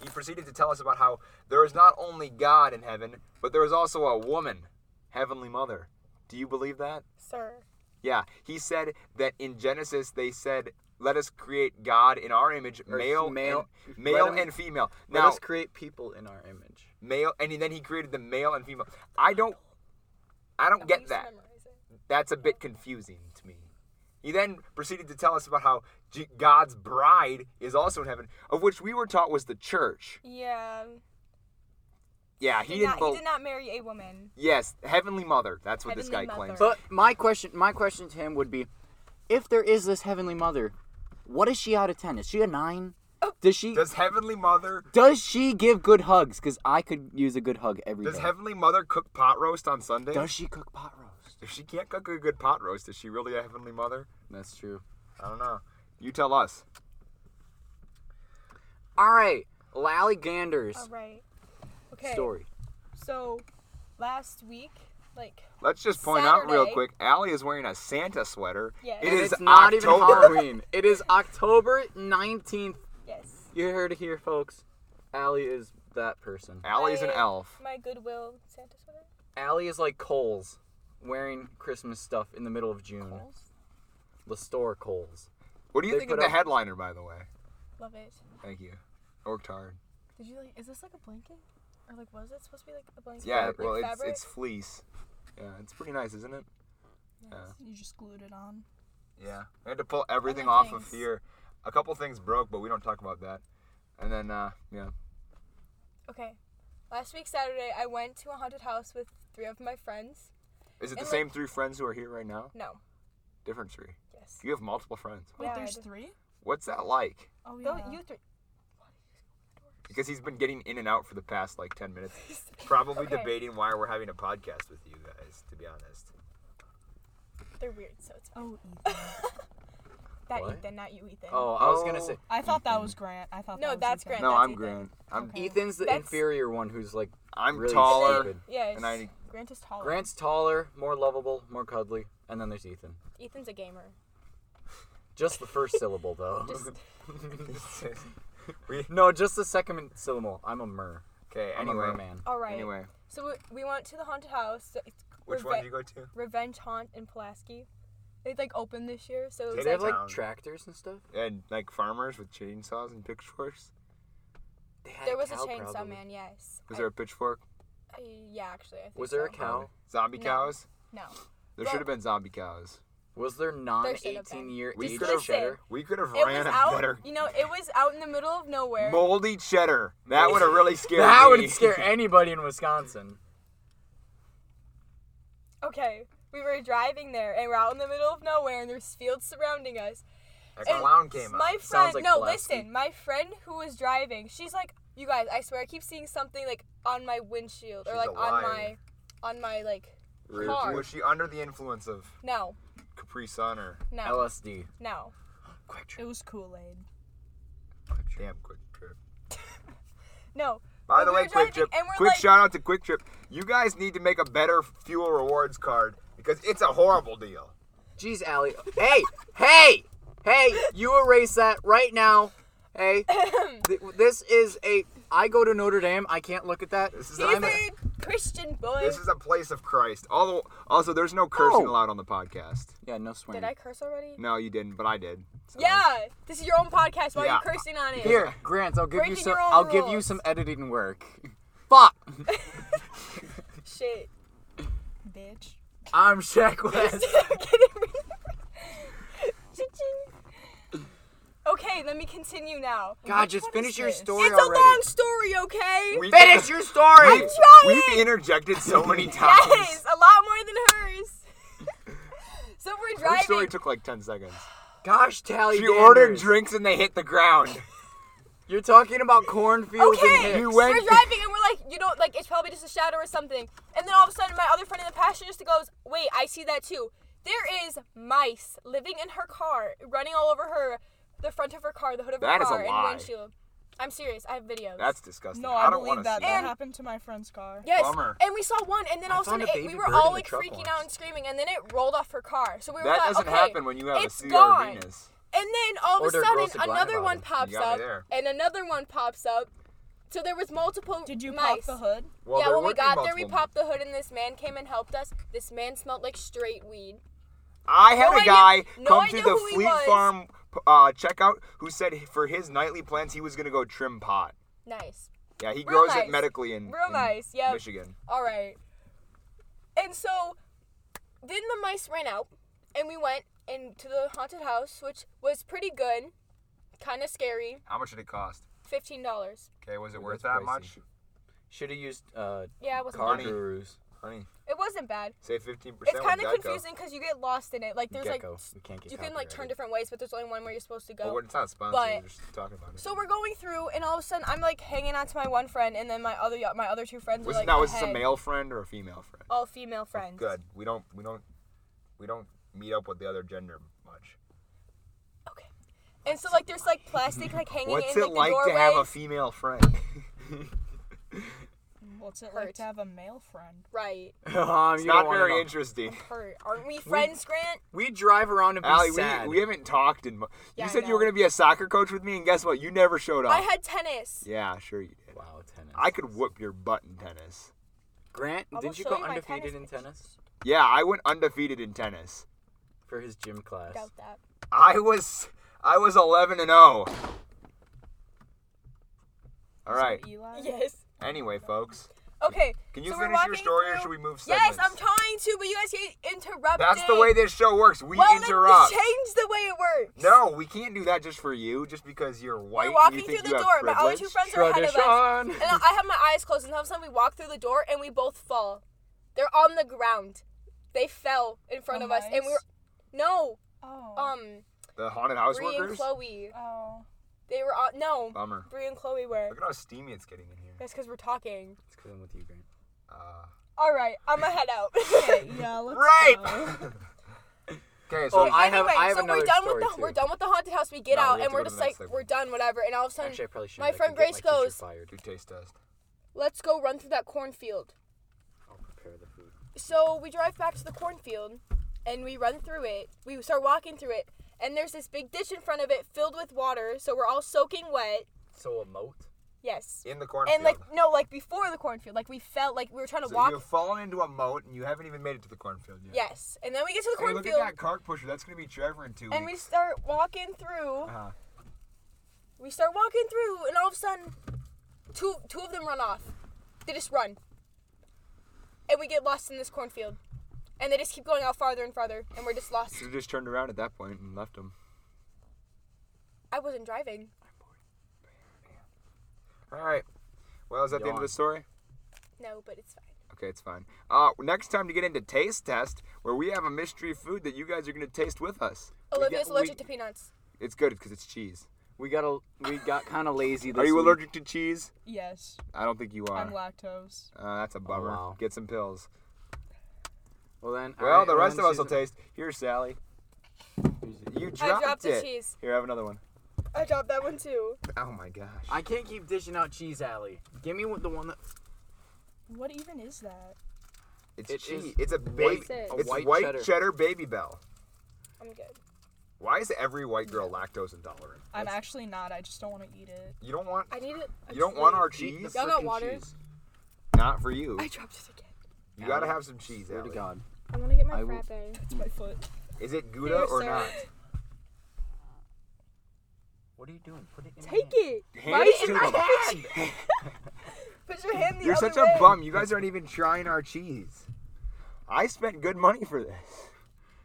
Speaker 1: He proceeded to tell us about how there is not only God in heaven, but there is also a woman, Heavenly Mother. Do you believe that?
Speaker 4: Sir.
Speaker 1: Yeah. He said that in Genesis, they said, Let us create God in our image,
Speaker 2: Or
Speaker 1: male,
Speaker 2: male-
Speaker 1: and, male
Speaker 2: let him-
Speaker 1: and female.
Speaker 2: Let
Speaker 1: Now,
Speaker 2: us create people in our image.
Speaker 1: male and then he created the male and female i don't i don't
Speaker 4: I
Speaker 1: get
Speaker 4: used to
Speaker 1: that
Speaker 4: memorize it.
Speaker 1: that's a bit confusing to me he then proceeded to tell us about how G- god's bride is also in heaven of which we were taught was the church
Speaker 4: Yeah.
Speaker 1: yeah he, didn't,
Speaker 4: not,
Speaker 1: bel-
Speaker 4: He did not marry a woman.
Speaker 1: yes heavenly mother that's what this guy
Speaker 4: Heavenly
Speaker 1: claims
Speaker 4: Mother.
Speaker 2: But my question, my question to him would be, if there is this heavenly mother, what is she out of ten? Is she a nine?
Speaker 4: Oh.
Speaker 2: Does she does,
Speaker 1: Does Heavenly Mother
Speaker 2: she give good hugs? Because I could use a good hug every day.
Speaker 1: does Heavenly Mother cook pot roast on Sunday?
Speaker 2: Does she cook pot roast?
Speaker 1: If she can't cook a good pot roast, is she really a Heavenly Mother?
Speaker 2: That's true.
Speaker 1: I don't know. You tell us.
Speaker 2: All right, Lally Gander's
Speaker 4: All right. Okay.
Speaker 2: story.
Speaker 4: So, last week, like,
Speaker 1: Let's just point out real
Speaker 4: Saturday.
Speaker 1: quick. Allie is wearing a Santa sweater.
Speaker 4: Yes.
Speaker 1: It
Speaker 2: And
Speaker 1: is
Speaker 2: it's not even
Speaker 1: October.
Speaker 2: Halloween. it is October nineteenth.
Speaker 4: yes,
Speaker 2: You heard it here, folks. Allie is that person.
Speaker 1: Allie's an
Speaker 4: I-
Speaker 1: elf.
Speaker 4: my Goodwill Santa sweater.
Speaker 2: Allie is like Coles, wearing Christmas stuff in the middle of June.
Speaker 4: Coles?
Speaker 2: The store Coles.
Speaker 1: What do you
Speaker 2: They
Speaker 1: think
Speaker 2: put
Speaker 1: of the
Speaker 2: up-
Speaker 1: headliner, by the way?
Speaker 4: Love it.
Speaker 1: Thank you. I worked hard.
Speaker 4: Did you like? Is this like a blanket? Or like, was it supposed to be like a blanket?
Speaker 1: Yeah,
Speaker 2: fabric.
Speaker 1: well, it's,
Speaker 4: Fabric?
Speaker 1: it's fleece. Yeah, it's pretty nice, isn't it? uh,
Speaker 4: Yes. You just glued it on.
Speaker 1: Yeah. We had to pull everything
Speaker 4: Other
Speaker 1: off of
Speaker 4: things.
Speaker 1: here. A couple things broke, but we don't talk about that. And then, uh, yeah.
Speaker 4: Okay. Last week Saturday, I went to a haunted house with three of my friends.
Speaker 1: Is it the
Speaker 4: And, like-
Speaker 1: same three friends who are here right now?
Speaker 4: No.
Speaker 1: Different three.
Speaker 4: Yes.
Speaker 1: You have multiple friends.
Speaker 4: Wait,
Speaker 3: Wait,
Speaker 4: Yeah, I
Speaker 3: there's
Speaker 4: did.
Speaker 3: three?
Speaker 1: What's that like?
Speaker 3: Oh, yeah.
Speaker 4: Though you three.
Speaker 1: Because he's been getting in and out for the past like 10 minutes. Probably
Speaker 4: Okay.
Speaker 1: debating why we're having a podcast with you guys, to be honest.
Speaker 4: They're weird, so it's fine.
Speaker 3: Oh, Ethan.
Speaker 4: That
Speaker 2: What?
Speaker 4: Ethan, not you, Ethan.
Speaker 2: Oh, I was gonna
Speaker 1: Oh.
Speaker 2: say
Speaker 3: I thought that was Grant. I thought
Speaker 4: No,
Speaker 3: that was
Speaker 4: that's
Speaker 3: Ethan.
Speaker 4: Grant.
Speaker 1: No,
Speaker 4: that's
Speaker 1: I'm
Speaker 4: Ethan.
Speaker 1: Grant. I'm
Speaker 3: Okay.
Speaker 2: Ethan's the
Speaker 4: Oh. That's-
Speaker 2: inferior one who's like
Speaker 1: I'm
Speaker 2: Really
Speaker 1: taller.
Speaker 4: And
Speaker 2: stupid.
Speaker 4: then- Yes.
Speaker 1: And I-
Speaker 4: Grant is taller.
Speaker 2: Grant's taller, more lovable, more cuddly, and then there's Ethan.
Speaker 4: Ethan's a gamer.
Speaker 2: Just the first syllable though.
Speaker 4: Just-
Speaker 1: we,
Speaker 2: No, just the second syllable. I'm a mer.
Speaker 1: okay,
Speaker 2: I'm a
Speaker 1: anyway.
Speaker 2: merman.
Speaker 4: All right.
Speaker 1: Anyway,
Speaker 4: So we, we went to the haunted house. So it's
Speaker 1: which
Speaker 4: reve-
Speaker 1: one do you go to?
Speaker 4: Revenge Haunt in Pulaski. They like opened this year, so it
Speaker 1: Did
Speaker 4: was
Speaker 2: They
Speaker 4: like
Speaker 2: have like
Speaker 1: Town.
Speaker 2: tractors and stuff.
Speaker 1: And like farmers with chainsaws and pitchforks?
Speaker 2: They had
Speaker 4: there was a
Speaker 2: cow,
Speaker 4: chainsaw
Speaker 2: probably.
Speaker 4: man. Yes.
Speaker 1: Was
Speaker 4: I-
Speaker 1: there a pitchfork?
Speaker 4: I- Uh, yeah, actually, I think.
Speaker 2: Was there a
Speaker 4: so.
Speaker 2: cow?
Speaker 1: Zombie
Speaker 4: No.
Speaker 1: cows?
Speaker 4: No.
Speaker 1: There
Speaker 4: Well-
Speaker 1: should have been zombie cows.
Speaker 2: Was there non
Speaker 4: There should have been.
Speaker 2: 18 year
Speaker 1: We
Speaker 2: age
Speaker 1: could've-
Speaker 2: cheddar?
Speaker 1: We could have
Speaker 4: It
Speaker 1: ran
Speaker 4: was
Speaker 1: a
Speaker 4: out.
Speaker 1: Oh, better
Speaker 4: You know, it was out in the middle of nowhere.
Speaker 1: moldy cheddar. That would have really scared
Speaker 2: That
Speaker 1: me.
Speaker 2: would scare anybody in Wisconsin.
Speaker 4: Okay. We were driving there and we're out in the middle of nowhere and there's fields surrounding us.
Speaker 1: A
Speaker 4: And
Speaker 1: clown came
Speaker 4: My
Speaker 1: out.
Speaker 4: friend
Speaker 2: Sounds like
Speaker 4: no,
Speaker 2: Pulaski.
Speaker 4: listen, my friend who was driving, she's like, You guys, I swear I keep seeing something like on my windshield or
Speaker 1: She's
Speaker 4: like
Speaker 1: a
Speaker 4: on my
Speaker 1: liar.
Speaker 4: on my like
Speaker 1: Were-
Speaker 4: car.
Speaker 1: Was she under the influence of
Speaker 4: no,
Speaker 1: Capri Sun or
Speaker 4: no,
Speaker 2: LSD.
Speaker 4: no.
Speaker 1: Quick
Speaker 3: It was Kool Aid.
Speaker 1: Damn, Quick Trip.
Speaker 4: No.
Speaker 1: By
Speaker 4: But
Speaker 1: the
Speaker 4: we
Speaker 1: way,
Speaker 4: were
Speaker 1: Quick
Speaker 4: driving
Speaker 1: Trip.
Speaker 4: and we're
Speaker 1: Quick
Speaker 4: like-
Speaker 1: shout out to Quick Trip. You guys need to make a better fuel rewards card because it's a horrible deal.
Speaker 2: Jeez, Allie. Hey, hey, hey, you erase that right now. Hey, Th- this is a. I go to Notre Dame. I can't look at that.
Speaker 1: This is
Speaker 4: He's
Speaker 1: I'm
Speaker 4: a
Speaker 1: a-
Speaker 4: Christian boy.
Speaker 1: This is a place of Christ. Although, also, there's no cursing
Speaker 2: Oh.
Speaker 1: allowed on the podcast.
Speaker 2: yeah, no swearing.
Speaker 4: Did I curse already?
Speaker 1: No, you didn't, but I did. so.
Speaker 4: Yeah. This is your own podcast. Why
Speaker 1: Yeah.
Speaker 4: are you cursing on it?
Speaker 2: Here, Grant. I'll give you
Speaker 4: Breaking
Speaker 2: some.
Speaker 4: your own
Speaker 2: I'll give you
Speaker 4: rules.
Speaker 2: some editing work. Fuck.
Speaker 4: Shit.
Speaker 3: Bitch.
Speaker 2: I'm Shaq West.
Speaker 4: I'm getting rid of- Cha-ching. Okay, let me continue now.
Speaker 2: God,
Speaker 3: Which
Speaker 2: just
Speaker 3: one
Speaker 2: finish
Speaker 3: is
Speaker 2: your
Speaker 3: this?
Speaker 2: story
Speaker 4: It's a
Speaker 2: already.
Speaker 4: long story, okay?
Speaker 1: We-
Speaker 2: Finish your
Speaker 1: We've-
Speaker 2: story.
Speaker 4: trying.
Speaker 1: We've interjected so many times.
Speaker 4: yes, a lot more than hers. so we're
Speaker 1: Her story
Speaker 4: driving.
Speaker 1: took like 10 seconds.
Speaker 2: Gosh, Tally.
Speaker 1: She ordered
Speaker 2: Danders.
Speaker 1: drinks and they hit the ground.
Speaker 2: You're talking about cornfields and
Speaker 4: Okay,
Speaker 2: hicks.
Speaker 1: You
Speaker 4: we're
Speaker 1: went-
Speaker 4: driving and we're like, you know, like it's probably just a shadow or something. And then all of a sudden, my other friend in the passenger just goes, "Wait, I see that too. There is mice living in her car, running all over her, the front of her car, the hood of her
Speaker 1: That is a
Speaker 4: car, and
Speaker 1: lie.
Speaker 4: windshield." I'm serious. I have videos.
Speaker 1: That's disgusting.
Speaker 3: No,
Speaker 1: I,
Speaker 3: I,
Speaker 1: don't want
Speaker 3: believe
Speaker 1: to
Speaker 3: that. That
Speaker 1: see that.
Speaker 4: And-
Speaker 3: happened to my friend's car.
Speaker 4: Yes.
Speaker 1: Bummer.
Speaker 4: And we saw one, and then all of a
Speaker 2: found
Speaker 4: sudden
Speaker 2: a
Speaker 4: it,
Speaker 2: baby
Speaker 4: we were
Speaker 2: bird in
Speaker 4: all
Speaker 2: the
Speaker 4: like
Speaker 2: truck
Speaker 4: freaking
Speaker 2: once.
Speaker 4: out and screaming, and then it rolled off her car. So we were
Speaker 1: That
Speaker 4: like,
Speaker 1: doesn't
Speaker 4: okay,
Speaker 1: happen when you have a
Speaker 4: it's
Speaker 1: CRV
Speaker 4: gone.
Speaker 1: ness.
Speaker 4: And then all
Speaker 2: Or
Speaker 4: of a
Speaker 2: they're
Speaker 4: sudden
Speaker 2: grossly blind
Speaker 4: another
Speaker 2: about
Speaker 4: one
Speaker 2: it. You
Speaker 1: got
Speaker 4: pops
Speaker 1: me
Speaker 4: up,
Speaker 1: there.
Speaker 4: and another one pops up. So there was multiple.
Speaker 3: Did you pop
Speaker 4: mice.
Speaker 3: the hood?
Speaker 1: Well,
Speaker 4: yeah,
Speaker 1: there
Speaker 4: when we
Speaker 1: would be
Speaker 4: got there, we
Speaker 1: multiple-
Speaker 4: popped the hood, and this man came and helped us. This man smelled like straight weed.
Speaker 1: I had
Speaker 4: No
Speaker 1: a
Speaker 4: idea-
Speaker 1: guy
Speaker 4: no
Speaker 1: come to
Speaker 4: idea
Speaker 1: the
Speaker 4: who he
Speaker 1: Fleet
Speaker 4: was.
Speaker 1: Farm uh, checkout who said for his nightly plans he was going to go trim pot.
Speaker 4: Nice,
Speaker 1: Yeah, he
Speaker 4: Real
Speaker 1: grows it
Speaker 4: nice.
Speaker 1: medically in,
Speaker 4: real
Speaker 1: in
Speaker 4: nice. Yeah.
Speaker 1: Michigan.
Speaker 4: All right. And so, then the mice ran out, and we went into the haunted house, which was pretty good, kind of scary.
Speaker 1: How much did it cost?
Speaker 4: Fifteen dollars.
Speaker 1: Okay, was it
Speaker 2: Ooh,
Speaker 1: worth
Speaker 2: that's
Speaker 1: that
Speaker 2: pricey.
Speaker 1: much?
Speaker 2: Should have used uh,
Speaker 4: Yeah, it wasn't
Speaker 2: car
Speaker 1: Connie.
Speaker 2: gurus.
Speaker 1: Honey,
Speaker 4: It wasn't bad.
Speaker 1: say 15%.
Speaker 4: It's kind
Speaker 1: with
Speaker 4: of
Speaker 1: Geico.
Speaker 4: confusing because you get lost in it. Like there's
Speaker 2: Gecko.
Speaker 4: like
Speaker 2: we can't get
Speaker 4: you can like
Speaker 2: copyrighted.
Speaker 4: turn different ways, but there's only one where you're supposed to go.
Speaker 1: Well, we're- it's not sponsored.
Speaker 4: But-
Speaker 1: we're just talking about it.
Speaker 4: So we're going through, and all of a sudden, I'm like hanging on to my one friend, and then my other my other two friends
Speaker 1: was
Speaker 4: are
Speaker 1: it
Speaker 4: like
Speaker 1: now? Was this a
Speaker 4: ahead.
Speaker 1: male friend or a female friend?
Speaker 4: all female friends.
Speaker 1: Good. We don't. We don't. We don't meet up with the other gender much.
Speaker 4: Okay. And so like there's like plastic like hanging
Speaker 1: What's
Speaker 4: in
Speaker 1: it
Speaker 4: like,
Speaker 1: like to
Speaker 4: the doorway.
Speaker 1: have a female friend?
Speaker 3: What's it
Speaker 4: Hurt.
Speaker 3: like to have a male friend?
Speaker 4: right.
Speaker 2: um,
Speaker 1: it's
Speaker 2: you
Speaker 1: not
Speaker 2: don't wanna
Speaker 1: very
Speaker 2: know.
Speaker 1: interesting.
Speaker 4: Hurt. Aren't we friends, Grant?
Speaker 2: We drive around and be
Speaker 1: Allie,
Speaker 2: sad.
Speaker 1: we, we haven't talked in. mo-
Speaker 4: Yeah,
Speaker 1: you
Speaker 4: I
Speaker 1: said you were
Speaker 4: know.
Speaker 1: going to be a soccer coach with me, and guess what? You never showed up.
Speaker 4: I had tennis.
Speaker 1: yeah, sure you did.
Speaker 2: wow, tennis.
Speaker 1: I could whoop your butt in tennis.
Speaker 2: Grant,
Speaker 4: I will
Speaker 2: didn't you
Speaker 4: show
Speaker 2: go
Speaker 4: you my
Speaker 2: undefeated
Speaker 4: tennis
Speaker 2: in tennis
Speaker 1: Yeah, I went undefeated in tennis.
Speaker 2: for his gym class?
Speaker 4: Doubt that.
Speaker 1: I was I was 11 and 0. All right.
Speaker 3: Eli?
Speaker 4: Yes.
Speaker 1: Anyway, folks,
Speaker 4: Okay.
Speaker 1: can you
Speaker 4: so we're
Speaker 1: finish your
Speaker 4: walking
Speaker 1: story or
Speaker 4: through-
Speaker 1: should we move
Speaker 4: Yes,
Speaker 1: segments?
Speaker 4: I'm trying to, but you guys get interrupted.
Speaker 1: That's the way this show works. We
Speaker 4: well,
Speaker 1: interrupt.
Speaker 4: Then change the way it works.
Speaker 1: no, we can't do that just for you, just because you're white.
Speaker 4: We're
Speaker 1: and
Speaker 4: walking
Speaker 1: you think
Speaker 4: through
Speaker 1: you
Speaker 4: the
Speaker 1: have
Speaker 4: door. My other two
Speaker 1: privilege.
Speaker 4: friends are ahead of us.
Speaker 2: Tradition.
Speaker 4: And I I have my eyes closed, and all of a sudden we walk through the door and we both fall. They're on the ground. They fell in front
Speaker 3: On
Speaker 4: of us, and we
Speaker 3: ice?
Speaker 4: were no,
Speaker 3: Oh.
Speaker 4: um,
Speaker 1: The haunted house
Speaker 4: Bree and
Speaker 1: workers.
Speaker 4: Chloe.
Speaker 3: oh.
Speaker 4: They were on no.
Speaker 1: Bummer.
Speaker 4: Bree and Chloe were.
Speaker 1: Look at how steamy it's getting in here.
Speaker 4: That's because we're talking.
Speaker 2: It's 'cause I'm with you, Grant.
Speaker 1: Uh,
Speaker 4: All right, I'm gonna head out.
Speaker 3: Okay, yeah, let's go.
Speaker 1: right. okay, so
Speaker 2: Oh, I have- I have
Speaker 4: so we're
Speaker 2: another
Speaker 4: done
Speaker 2: story,
Speaker 4: with the
Speaker 2: too.
Speaker 4: we're done with the haunted house. We get
Speaker 1: No, we
Speaker 4: out
Speaker 1: have
Speaker 4: and
Speaker 1: to
Speaker 4: we're
Speaker 1: go to the
Speaker 4: just like
Speaker 1: next
Speaker 4: we're done, whatever. And all of a sudden,
Speaker 2: Actually, I probably should.
Speaker 4: my friend Grace goes-
Speaker 2: Fired.
Speaker 1: do taste test.
Speaker 4: let's go run through that cornfield.
Speaker 2: I'll prepare the food.
Speaker 4: so we drive back to the cornfield and we run through it. We start walking through it, and there's this big ditch in front of it filled with water, so we're all soaking wet.
Speaker 2: So a moat.
Speaker 4: Yes.
Speaker 1: In the cornfield.
Speaker 4: And like no, like before the cornfield, like we felt like we were trying to
Speaker 1: So
Speaker 4: walk.
Speaker 1: you've fallen into a moat and you haven't even made it to the cornfield yet.
Speaker 4: Yes. And then we get to the
Speaker 1: Hey, look at
Speaker 4: cornfield
Speaker 1: that cart pusher. That's gonna be Trevor in two
Speaker 4: and we
Speaker 1: weeks.
Speaker 4: start walking through.
Speaker 1: uh-huh.
Speaker 4: We start walking through and all of a sudden two two of them run off. They just run. And we get lost in this cornfield. And they just keep going out farther and farther and we're just lost.
Speaker 1: Should have just turned around at that point and left him.
Speaker 4: I wasn't driving.
Speaker 1: All right. Well, is that the end of
Speaker 2: Yawn.
Speaker 1: the story?
Speaker 4: No, but it's fine.
Speaker 1: Okay, it's fine. Uh, next time to get into taste test, where we have a mystery food that you guys are gonna taste with us. We
Speaker 4: Olivia's
Speaker 1: get-
Speaker 4: allergic
Speaker 1: we-
Speaker 4: to peanuts.
Speaker 1: It's good because it's cheese.
Speaker 2: We got a. We got kind of lazy. This
Speaker 1: Are you
Speaker 2: week.
Speaker 1: allergic to cheese?
Speaker 3: Yes,
Speaker 1: I don't think you are.
Speaker 3: I'm lactose.
Speaker 1: uh, that's a bummer.
Speaker 2: wow.
Speaker 1: Get some pills.
Speaker 2: Well then.
Speaker 1: Well,
Speaker 2: alright,
Speaker 1: the rest
Speaker 2: then
Speaker 1: of us will
Speaker 2: she's-
Speaker 1: taste. Here, Sally. You dropped,
Speaker 4: dropped the
Speaker 1: it.
Speaker 4: cheese.
Speaker 1: Here, have another one.
Speaker 4: I dropped that one too.
Speaker 1: Oh my gosh.
Speaker 2: I can't keep dishing out cheese, Alley. Give me one- the one that.
Speaker 3: What even is that?
Speaker 1: It's
Speaker 2: It
Speaker 1: cheese.
Speaker 2: is
Speaker 1: It's a
Speaker 2: white-
Speaker 1: baby.
Speaker 4: a
Speaker 1: It's white,
Speaker 2: white
Speaker 1: cheddar.
Speaker 2: cheddar.
Speaker 1: baby bell.
Speaker 4: I'm good.
Speaker 1: Why is every white girl lactose intolerant?
Speaker 3: I'm
Speaker 1: That's-
Speaker 3: actually not. I just don't want to eat it.
Speaker 1: You don't want.
Speaker 4: I need it.
Speaker 1: You don't want our cheese?
Speaker 4: Y'all got water?
Speaker 1: Not for you.
Speaker 4: I dropped it again.
Speaker 1: You gotta have some cheese.
Speaker 2: Swear to
Speaker 1: Allie.
Speaker 2: God.
Speaker 4: I'm gonna get my
Speaker 2: I will-
Speaker 4: frappe.
Speaker 3: It's my foot.
Speaker 1: Is it Gouda
Speaker 4: Here,
Speaker 1: or
Speaker 4: sir.
Speaker 1: not?
Speaker 2: What are you doing? Put it in.
Speaker 4: Take it.
Speaker 1: Hand
Speaker 4: Right
Speaker 1: it to
Speaker 4: in my
Speaker 1: them.
Speaker 4: hand. Put your hand the
Speaker 1: You're
Speaker 4: other
Speaker 1: such
Speaker 4: way.
Speaker 1: a bum. You guys aren't even trying our cheese. I spent good money for this.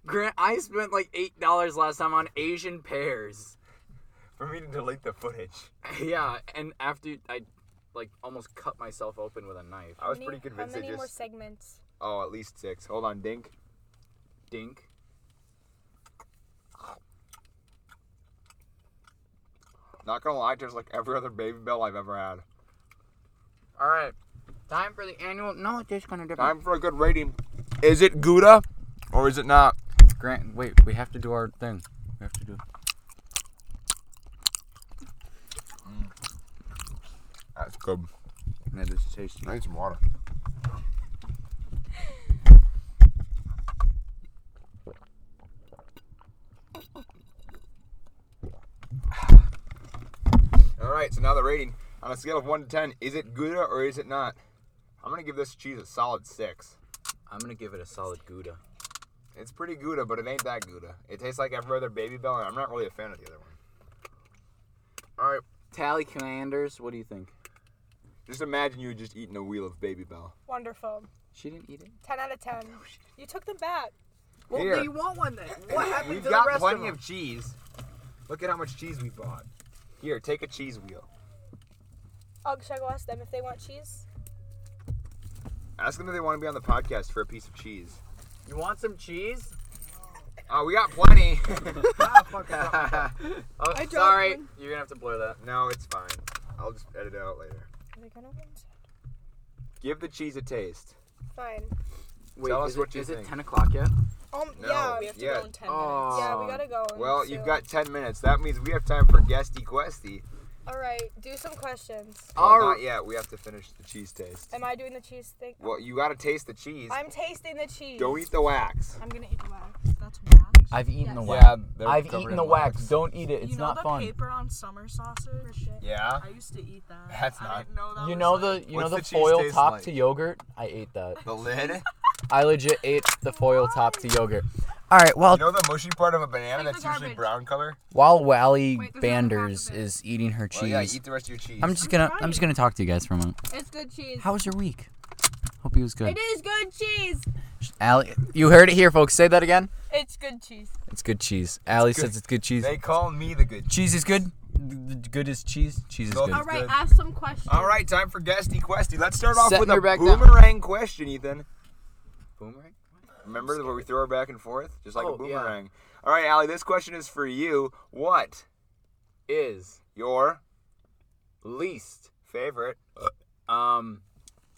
Speaker 2: Grant, I spent like eight dollars last time on Asian pears.
Speaker 1: For me to delete the footage.
Speaker 2: Yeah, and after I, like, almost cut myself open with a knife.
Speaker 1: I was pretty convinced
Speaker 4: How
Speaker 1: it
Speaker 4: many more
Speaker 1: just.
Speaker 4: segments?
Speaker 1: Oh, at least six. Hold on, Dink.
Speaker 2: Dink.
Speaker 1: Not gonna lie, just like every other baby bell I've ever had.
Speaker 2: All right. Time for the annual. No, it tastes kind of different.
Speaker 1: Time for a good rating. Is it Gouda or is it not?
Speaker 2: Grant, wait. We have to do our thing. We have to do.
Speaker 1: That's good.
Speaker 2: That is tasty.
Speaker 1: I need some water. All right, so now the rating on a scale of one to ten, is it Gouda or is it not? I'm gonna give this cheese a solid six.
Speaker 2: I'm gonna give it a solid Gouda.
Speaker 1: It's pretty Gouda, but it ain't that Gouda. It tastes like every other baby bell, and I'm not really a fan of the other one. All right,
Speaker 2: Tally Commanders, what do you think?
Speaker 1: just imagine you just eating a wheel of baby bell.
Speaker 4: Wonderful.
Speaker 2: She didn't eat it.
Speaker 4: 10 out of 10. You took them back.
Speaker 2: Well,
Speaker 1: Here.
Speaker 2: do you want one then? What happened
Speaker 1: We've
Speaker 2: to
Speaker 1: got
Speaker 2: the rest
Speaker 1: plenty
Speaker 2: of,
Speaker 1: of, cheese. Look at how much cheese we bought. Here, take a cheese wheel.
Speaker 4: Oh, should I go ask them if they want cheese?
Speaker 1: Ask them if they want to be on the podcast for a piece of cheese.
Speaker 5: You want some cheese?
Speaker 1: Oh, we got plenty.
Speaker 5: Ah, fuck off.
Speaker 2: oh,
Speaker 3: I dropped
Speaker 2: sorry.
Speaker 3: one.
Speaker 2: You're gonna have to blur that.
Speaker 1: no, it's fine. I'll just edit it out later. Give the cheese a taste.
Speaker 3: Fine.
Speaker 2: Wait,
Speaker 1: Tell us
Speaker 2: is it-
Speaker 1: what you
Speaker 2: is
Speaker 1: think.
Speaker 2: it 10 o'clock yet?
Speaker 3: Um,
Speaker 1: No.
Speaker 3: yeah.
Speaker 1: We have to
Speaker 3: yeah.
Speaker 1: go in
Speaker 3: in 10
Speaker 2: Oh.
Speaker 3: minutes. Yeah, we gotta go.
Speaker 1: Well,
Speaker 3: soon.
Speaker 1: you've got 10 minutes. That means we have time for guesty questy.
Speaker 3: All right, do some questions.
Speaker 1: Well,
Speaker 2: All
Speaker 1: not
Speaker 2: right.
Speaker 1: yet. We have to finish the cheese taste.
Speaker 3: Am I doing the cheese thing?
Speaker 1: Well, you got to taste the cheese.
Speaker 3: I'm tasting the cheese.
Speaker 1: Don't eat the wax.
Speaker 6: I'm gonna eat the wax. That's wax.
Speaker 5: I've eaten the
Speaker 6: Yes.
Speaker 5: wax.
Speaker 1: they're
Speaker 5: I've
Speaker 1: covered
Speaker 5: eaten
Speaker 1: in
Speaker 5: the wax.
Speaker 1: wax.
Speaker 5: Don't eat it. It's
Speaker 6: you know
Speaker 5: not
Speaker 6: the
Speaker 5: fun.
Speaker 6: paper on summer sausage?
Speaker 1: Yeah.
Speaker 6: I used to eat that.
Speaker 1: That's
Speaker 6: I didn't know that
Speaker 5: You
Speaker 6: was
Speaker 5: know
Speaker 6: like-
Speaker 5: the you know
Speaker 1: What's
Speaker 5: the,
Speaker 1: the cheese
Speaker 5: foil
Speaker 1: taste
Speaker 5: top
Speaker 1: like?
Speaker 5: to yogurt. I ate that.
Speaker 1: The lid.
Speaker 5: I legit ate the foil top to yogurt. All right. Well,
Speaker 1: You know the mushy part of a banana
Speaker 6: Like the
Speaker 1: that's usually
Speaker 6: garbage.
Speaker 1: brown color?
Speaker 5: while Wally
Speaker 6: Wait, there's another half
Speaker 5: Banders
Speaker 6: of it.
Speaker 5: is eating her cheese,
Speaker 1: Well, yeah, eat the rest of your cheese.
Speaker 5: I'm just
Speaker 6: I'm
Speaker 5: gonna I'm
Speaker 6: trying.
Speaker 5: just gonna talk to you guys for a moment.
Speaker 3: It's good cheese.
Speaker 5: How was your week? Hope it was good.
Speaker 3: It is good cheese.
Speaker 5: Allie, you heard it here, folks. Say that again.
Speaker 3: It's good cheese.
Speaker 5: It's good cheese. Allie
Speaker 1: good.
Speaker 5: says it's good cheese.
Speaker 1: They call me the good
Speaker 5: Cheese is good. Good is cheese. Cheese is
Speaker 1: Go-
Speaker 5: good.
Speaker 1: All
Speaker 6: All
Speaker 1: right,
Speaker 6: right,
Speaker 1: Good.
Speaker 6: ask some questions.
Speaker 1: All right, time for guesty questy. Let's start off
Speaker 5: Setting
Speaker 1: with a
Speaker 5: her back down.
Speaker 1: boomerang question, Ethan.
Speaker 2: Boomerang?
Speaker 1: Remember the where we throw her back and forth, just like
Speaker 2: Oh,
Speaker 1: a
Speaker 2: yeah.
Speaker 1: boomerang. All right, Allie, this question is for you. What
Speaker 2: Is
Speaker 1: your
Speaker 2: least
Speaker 1: favorite
Speaker 2: um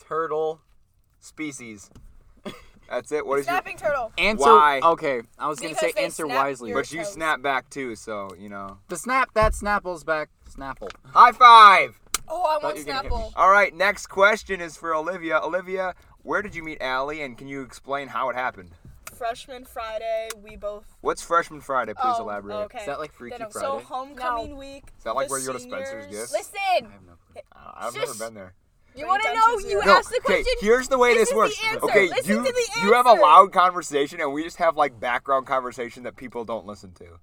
Speaker 2: turtle
Speaker 1: species? That's it. What is your?
Speaker 3: Snapping turtle.
Speaker 2: answer
Speaker 1: Why?
Speaker 2: okay i was gonna
Speaker 3: Because
Speaker 2: say
Speaker 3: they
Speaker 2: answer
Speaker 3: snap
Speaker 2: wisely
Speaker 3: your-
Speaker 2: but
Speaker 1: But you snap back too, so you know.
Speaker 2: the snap that snapple's back snapple
Speaker 1: High five!
Speaker 3: Oh, I
Speaker 2: Thought
Speaker 3: want
Speaker 2: you were gonna hit
Speaker 3: Snapple.
Speaker 1: All right, next question is for Olivia. Olivia, where did you meet Allie, and can you explain how it happened?
Speaker 3: Freshman Friday, we both.
Speaker 1: What's Freshman Friday? Please
Speaker 3: Oh,
Speaker 1: elaborate.
Speaker 3: Okay.
Speaker 2: is that like freaky
Speaker 3: Then-
Speaker 2: friday
Speaker 3: So homecoming week.
Speaker 1: Is that like
Speaker 3: the
Speaker 1: where you go to Spencer's
Speaker 3: seniors-
Speaker 1: Gifts?
Speaker 4: Listen,
Speaker 2: I have no clue.
Speaker 1: I- I've
Speaker 4: Shush.
Speaker 1: never been there.
Speaker 4: you
Speaker 3: Bring
Speaker 4: want to
Speaker 3: them
Speaker 4: know?
Speaker 3: to
Speaker 4: You
Speaker 3: zero.
Speaker 4: asked the
Speaker 1: Okay,
Speaker 4: question.
Speaker 1: here's the way this,
Speaker 4: This is the
Speaker 1: works.
Speaker 4: answer.
Speaker 1: Okay,
Speaker 4: Listen
Speaker 1: you
Speaker 4: to the
Speaker 1: you have a
Speaker 4: answer.
Speaker 1: loud conversation and we just have like background conversation that people don't listen to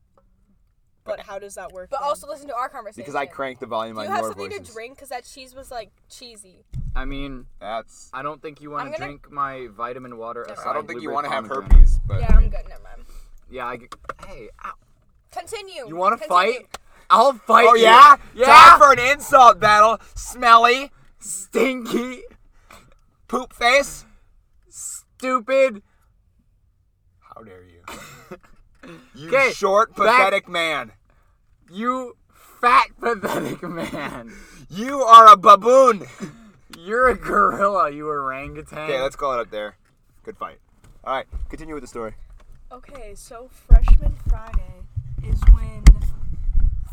Speaker 3: But how does that work?
Speaker 4: But
Speaker 3: then?
Speaker 4: also listen to our conversation.
Speaker 1: because I crank the volume
Speaker 4: Do
Speaker 1: on
Speaker 4: you have
Speaker 1: your
Speaker 4: something
Speaker 1: voices.
Speaker 4: to drink? Because that cheese was like cheesy.
Speaker 2: i mean
Speaker 1: That's
Speaker 2: i don't think you want
Speaker 4: I'm
Speaker 2: to
Speaker 4: gonna-
Speaker 2: drink my vitamin water
Speaker 4: Never
Speaker 2: aside
Speaker 1: I don't think you
Speaker 2: Libre
Speaker 1: want to have
Speaker 2: pomegranate.
Speaker 1: herpes, but
Speaker 4: Yeah, I'm good. Never mind.
Speaker 2: yeah I, g- hey ow.
Speaker 4: Continue.
Speaker 2: you want to
Speaker 4: Continue.
Speaker 2: fight i'll fight
Speaker 1: Oh
Speaker 2: you.
Speaker 1: yeah? Time
Speaker 2: yeah
Speaker 1: for an insult battle. Smelly,
Speaker 2: stinky
Speaker 1: poop face.
Speaker 2: stupid
Speaker 1: How dare you? you
Speaker 2: 'Kay,
Speaker 1: short
Speaker 2: back-
Speaker 1: pathetic man.
Speaker 2: you fat pathetic man
Speaker 1: You are a baboon.
Speaker 2: you're a gorilla you orangutan
Speaker 1: Okay, let's call it up there. Good fight. All right, continue with the story.
Speaker 6: Okay, so freshman Friday is when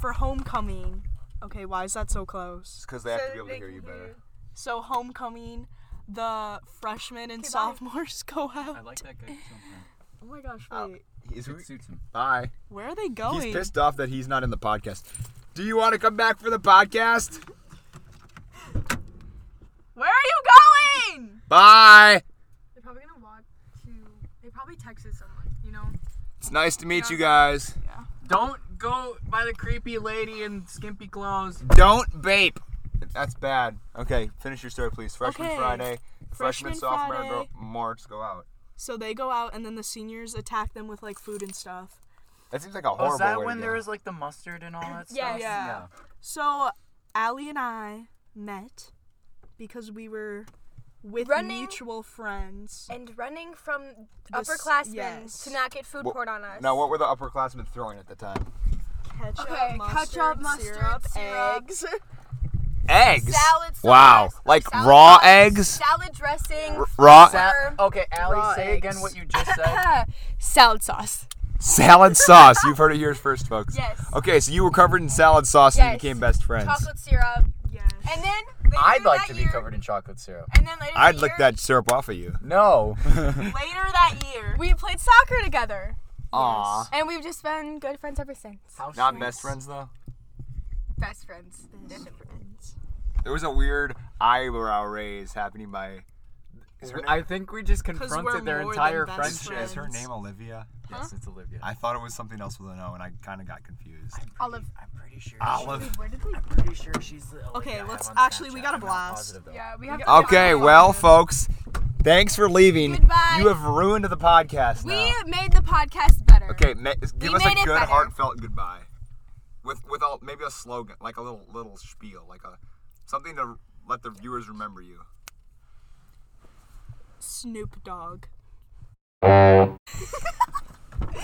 Speaker 6: for homecoming. Okay, why is that so close?
Speaker 1: Because they have to be able to hear you better.
Speaker 6: So homecoming, the freshmen and sophomores go out.
Speaker 2: that guy
Speaker 6: Oh my gosh,
Speaker 1: Ow.
Speaker 6: wait,
Speaker 1: He's,
Speaker 2: suits him
Speaker 1: bye.
Speaker 6: where are they going?
Speaker 1: He's pissed off that he's not in the podcast. Do you want to come back for the podcast?
Speaker 6: Where are you going?
Speaker 1: Bye.
Speaker 6: They're probably gonna walk to. They probably texted someone, you know.
Speaker 1: It's nice to meet you guys.
Speaker 2: Don't go by the creepy lady in skimpy clothes.
Speaker 1: Don't vape. That's bad. Okay, finish your story, please. Freshman
Speaker 6: Okay.
Speaker 1: Friday, freshman,
Speaker 6: Freshman
Speaker 1: sophomore,
Speaker 6: Friday.
Speaker 1: go- marks go out.
Speaker 6: So they go out, and then the seniors attack them with like food and stuff.
Speaker 1: That seems like a horrible
Speaker 2: Was Oh, that
Speaker 1: way
Speaker 2: when
Speaker 1: to
Speaker 2: there
Speaker 1: go.
Speaker 2: was like the mustard and all that stuff?
Speaker 4: Yes.
Speaker 6: Yeah. So Allie and I met because we were with
Speaker 4: Running
Speaker 6: mutual friends.
Speaker 4: And running from
Speaker 6: This-
Speaker 4: upperclassmen
Speaker 6: yes.
Speaker 4: to not get food
Speaker 1: What-
Speaker 4: poured on us.
Speaker 1: Now, what were the upperclassmen throwing at the time?
Speaker 6: Ketchup,
Speaker 4: Okay,
Speaker 6: mustard,
Speaker 4: ketchup, mustard, syrup.
Speaker 6: eggs.
Speaker 1: Eggs.
Speaker 4: Salad sauce.
Speaker 1: Wow, like
Speaker 4: salad
Speaker 1: raw
Speaker 4: sauce,
Speaker 1: eggs?
Speaker 4: Salad dressing.
Speaker 1: Raw
Speaker 4: Sir.
Speaker 2: Uh, okay, Allie,
Speaker 6: Raw
Speaker 2: say
Speaker 6: eggs.
Speaker 2: again what you just said.
Speaker 4: salad sauce.
Speaker 1: salad sauce. You've heard it here first, folks.
Speaker 4: Yes.
Speaker 1: Okay, so you were covered in salad sauce and you
Speaker 4: Yes.
Speaker 1: became best friends.
Speaker 4: Chocolate syrup.
Speaker 6: Yes.
Speaker 4: And then later that year,
Speaker 2: in chocolate syrup.
Speaker 4: And then later
Speaker 1: I'd
Speaker 4: that
Speaker 1: lick
Speaker 4: year,
Speaker 1: that syrup off of you.
Speaker 2: No.
Speaker 6: later that year.
Speaker 4: We played soccer together,
Speaker 1: Aw.
Speaker 4: and we've just been good friends ever since.
Speaker 1: Not best friends though.
Speaker 4: Best friends.
Speaker 1: There was a weird eyebrow raise happening by. Is her,
Speaker 2: I think we just
Speaker 6: 'Cause
Speaker 2: confronted
Speaker 6: we're
Speaker 2: their
Speaker 6: more
Speaker 2: entire
Speaker 6: than
Speaker 2: friendship.
Speaker 6: best
Speaker 1: is her
Speaker 6: friends.
Speaker 1: name Olivia?
Speaker 2: Yes, it's Olivia.
Speaker 1: I thought it was something else with an O, and I kind of got confused.
Speaker 4: Olive.
Speaker 2: I'm pretty sure.
Speaker 1: Olive.
Speaker 2: I'm pretty sure she's the. Olivia
Speaker 6: Okay,
Speaker 2: I have
Speaker 6: let's-
Speaker 2: on
Speaker 6: actually, we
Speaker 2: Snapchat.
Speaker 6: got a
Speaker 2: I'm not
Speaker 6: blast.
Speaker 2: positive, though.
Speaker 4: Yeah, we have.
Speaker 1: Okay, well, folks, thanks for leaving.
Speaker 4: Goodbye.
Speaker 1: You have ruined the podcast
Speaker 4: We
Speaker 1: now.
Speaker 4: made the podcast better.
Speaker 1: Okay, ma- give
Speaker 4: We
Speaker 1: us a
Speaker 4: made it
Speaker 1: good,
Speaker 4: better.
Speaker 1: heartfelt goodbye, with with all, maybe a slogan, like a little little spiel, like a something to let the viewers remember you.
Speaker 6: Snoop Dogg.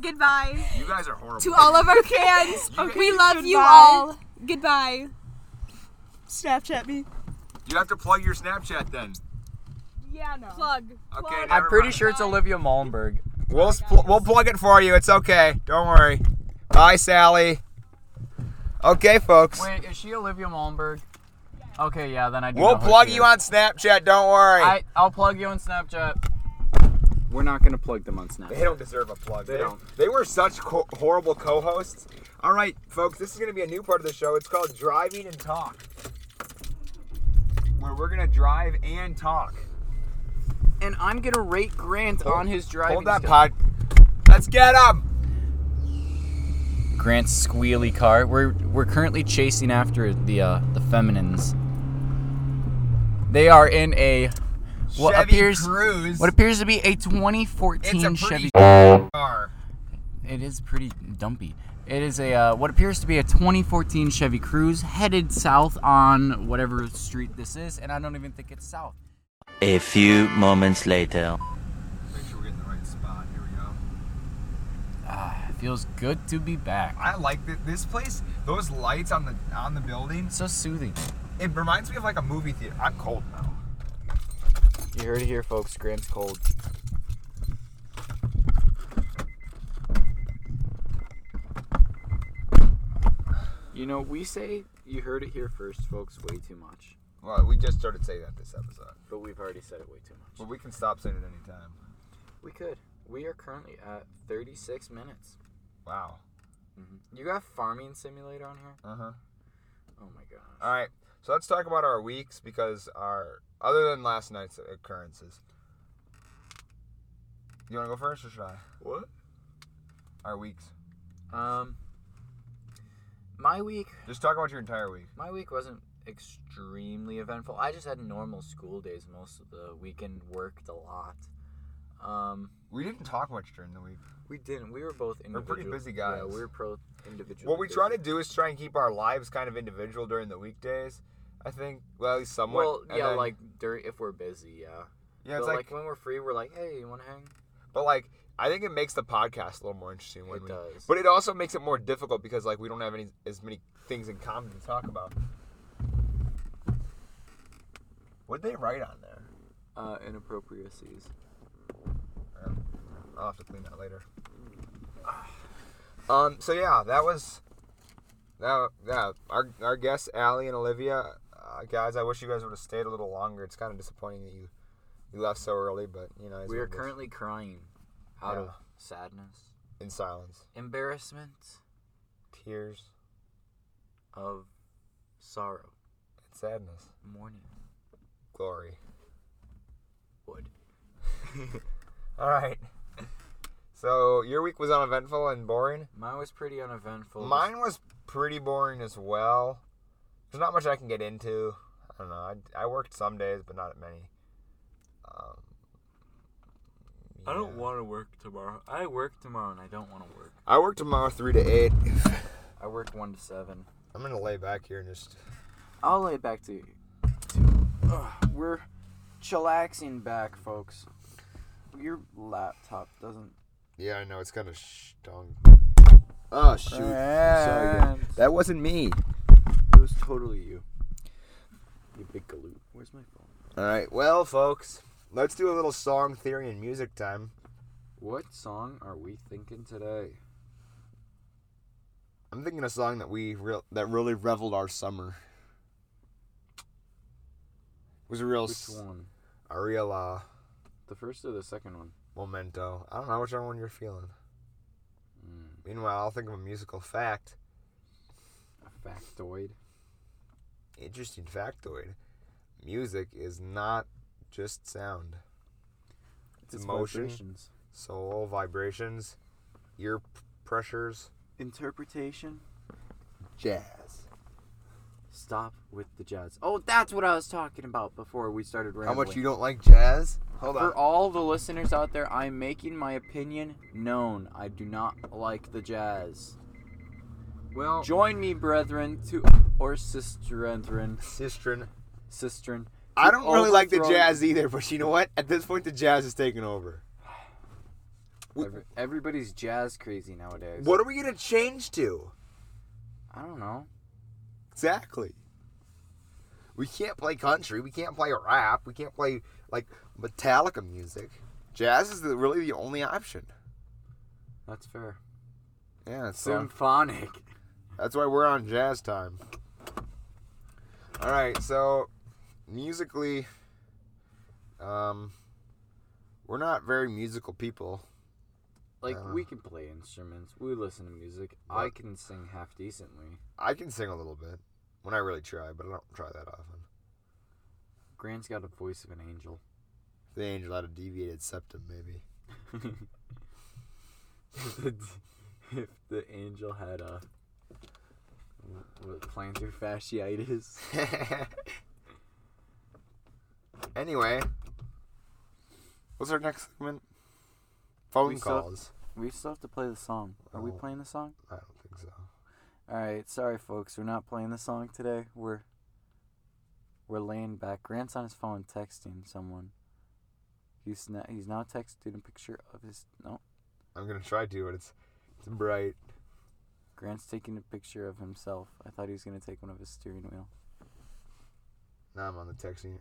Speaker 6: Goodbye
Speaker 1: You guys are horrible.
Speaker 6: to all of our fans. we love you all. Goodbye. Snapchat me.
Speaker 1: You have to plug your Snapchat then.
Speaker 6: Yeah, no.
Speaker 4: Plug.
Speaker 1: Okay.
Speaker 5: I'm
Speaker 1: never
Speaker 5: pretty
Speaker 1: mind.
Speaker 5: sure it's Olivia Malmberg.
Speaker 1: We'll spl- we'll plug it for you. It's okay. Don't worry. Bye, Sally. Okay, folks.
Speaker 5: Wait, is she Olivia Malmberg? Okay, yeah, then I do.
Speaker 1: we'll
Speaker 5: know who
Speaker 1: plug
Speaker 5: she
Speaker 1: you
Speaker 5: is.
Speaker 1: on Snapchat. Don't worry.
Speaker 5: I, I'll plug you on Snapchat.
Speaker 2: We're not gonna plug them on Snap.
Speaker 1: They don't deserve a plug. They,
Speaker 2: don't.
Speaker 1: They were such co- horrible co-hosts. All right, folks, this is going to be a new part of the show. It's called Driving and Talk, where we're going to drive and talk.
Speaker 2: And I'm gonna rate Grant on his driving.
Speaker 1: Hold that
Speaker 2: skills.
Speaker 1: pod. Let's get him.
Speaker 5: Grant's squealy car. We're we're currently chasing after the uh, the feminines. They are in a what
Speaker 1: Chevy
Speaker 5: appears
Speaker 1: Cruze.
Speaker 5: what appears to be a
Speaker 1: It's
Speaker 5: 2014
Speaker 1: a
Speaker 5: Chevy.
Speaker 1: pretty car.
Speaker 5: It is pretty dumpy. It is a uh, what appears to be a 2014 Chevy Cruze headed south on whatever street this is, and I don't even think it's south.
Speaker 7: A few moments later.
Speaker 1: Make sure we're in the right spot. Here we go.
Speaker 5: Ah, it feels good to be back.
Speaker 1: I like thi- this place. Those lights on the on the buildings.
Speaker 5: So soothing.
Speaker 1: It reminds me of like a movie theater. I'm cold now.
Speaker 5: You heard it here, folks. Grant's cold.
Speaker 2: You know, we say you heard it here first, folks, way too much.
Speaker 1: Well, we just started saying that this episode,
Speaker 2: But we've already said it way too much.
Speaker 1: but we can stop saying it anytime.
Speaker 2: We could. We are currently at 36 minutes.
Speaker 1: Wow.
Speaker 2: You got Farming Simulator on here?
Speaker 1: Uh huh.
Speaker 2: Oh my god.
Speaker 1: All right. So let's talk about our weeks because our other than last night's occurrences. You want to go first or should I?
Speaker 2: What?
Speaker 1: Our weeks.
Speaker 2: Um, my week,
Speaker 1: Just talk about your entire week.
Speaker 2: my week wasn't extremely eventful. I just had normal school days most of the weekend. Worked a lot. Um,
Speaker 1: We didn't talk much during the week.
Speaker 2: we didn't. We were both
Speaker 1: We're
Speaker 2: individual.
Speaker 1: pretty busy
Speaker 2: Yeah,
Speaker 1: guys.
Speaker 2: we were pro individual.
Speaker 1: What we try to do is try and keep our lives kind of individual during the weekdays. I think, well, at least somewhat.
Speaker 2: Well,
Speaker 1: And
Speaker 2: yeah,
Speaker 1: then-
Speaker 2: like during if we're busy, yeah.
Speaker 1: yeah, it's
Speaker 2: but like,
Speaker 1: like,
Speaker 2: when we're free, we're like, hey, you want to hang?
Speaker 1: but like, I think it makes the podcast a little more interesting. When
Speaker 2: It
Speaker 1: we,
Speaker 2: does.
Speaker 1: But it also makes it more difficult because like we don't have any as many things in common to talk about. What would they write on there?
Speaker 2: Uh, inappropriacies.
Speaker 1: I'll have to clean that later. Um. So yeah, that was that. Yeah, our our guests, Allie and Olivia, uh, guys. I wish you guys would have stayed a little longer. It's kind of disappointing that you you left so early, but you know, it's
Speaker 2: We
Speaker 1: what
Speaker 2: are
Speaker 1: it is.
Speaker 2: currently crying out of
Speaker 1: Yeah.
Speaker 2: sadness,
Speaker 1: in silence,
Speaker 2: embarrassment,
Speaker 1: tears,
Speaker 2: of sorrow,
Speaker 1: and sadness,
Speaker 2: mourning,
Speaker 1: glory.
Speaker 2: wood.
Speaker 1: All right. So your week was uneventful and boring.
Speaker 2: Mine was pretty uneventful.
Speaker 1: Mine was pretty boring as well. There's not much I can get into. I don't know. I, I worked some days, but not at many. Um,
Speaker 2: I don't
Speaker 1: yeah.
Speaker 2: want to work tomorrow. I work tomorrow and I don't want to work.
Speaker 1: I work tomorrow three to eight.
Speaker 2: I work one to seven.
Speaker 1: I'm gonna lay back here and just.
Speaker 2: I'll lay back to you. Ugh, we're chillaxing back, folks. Your laptop doesn't.
Speaker 1: Yeah, I know it's kind of stung. Oh shoot! Sorry, guys. that wasn't me.
Speaker 2: It was totally you. You big galoot. Where's my phone?
Speaker 1: All right, well, folks, let's do a little song theory and music time.
Speaker 2: What song are we thinking today?
Speaker 1: I'm thinking a song that we re- that really reveled our summer. It was a real
Speaker 2: Which
Speaker 1: s-
Speaker 2: one?
Speaker 1: a real uh,
Speaker 2: The first or the second one?
Speaker 1: memento. I don't know whichever one you're feeling.
Speaker 2: Mm,
Speaker 1: Meanwhile, I'll think of a musical fact.
Speaker 2: a factoid.
Speaker 1: Interesting factoid: music is not just sound.
Speaker 2: It's, its
Speaker 1: Emotion.
Speaker 2: vibrations.
Speaker 1: Soul vibrations, ear p- pressures,
Speaker 2: Interpretation.
Speaker 1: jazz.
Speaker 2: Stop with the jazz. Oh, that's what I was talking about before we started
Speaker 1: How
Speaker 2: rambling.
Speaker 1: much you don't like jazz? Hold on.
Speaker 2: For all the listeners out there, I'm making my opinion known. I do not like the jazz.
Speaker 1: Well,
Speaker 2: Join me, brethren, to or sisterin,
Speaker 1: Sistren,
Speaker 2: sistren,
Speaker 1: I don't really like the
Speaker 2: overthrown.
Speaker 1: Jazz either, but you know what? At this point, the Jazz is taking over.
Speaker 2: Every- Everybody's jazz crazy nowadays.
Speaker 1: What are we gonna change to?
Speaker 2: I don't know.
Speaker 1: Exactly. We can't play country. We can't play rap. We can't play like Metallica music. Jazz is the, really the only option.
Speaker 2: That's fair.
Speaker 1: Yeah, so
Speaker 2: Symphonic.
Speaker 1: that's why we're on jazz time. All right, so musically, um, we're not very musical people.
Speaker 2: Like
Speaker 1: Uh.
Speaker 2: we can play instruments. We listen to music. I can sing half decently.
Speaker 1: I can sing a little bit when I really try, but I don't try that often.
Speaker 2: Grant's got a voice of an angel.
Speaker 1: The angel had a deviated septum, maybe.
Speaker 2: if the angel had a what, plantar fasciitis.
Speaker 1: anyway, what's our next segment? Phone
Speaker 2: We still-
Speaker 1: calls.
Speaker 2: We still have to play the song. Are we
Speaker 1: Oh.
Speaker 2: playing the song?
Speaker 1: I don't think so.
Speaker 2: All right, sorry folks, we're not playing the song today. We're we're laying back. Grant's on his phone texting someone. He's na- he's now texting a picture of his no.
Speaker 1: I'm gonna try to, but it's it's bright.
Speaker 2: Grant's taking a picture of himself. I thought he was gonna take one of his steering wheel.
Speaker 1: Now I'm on the texting.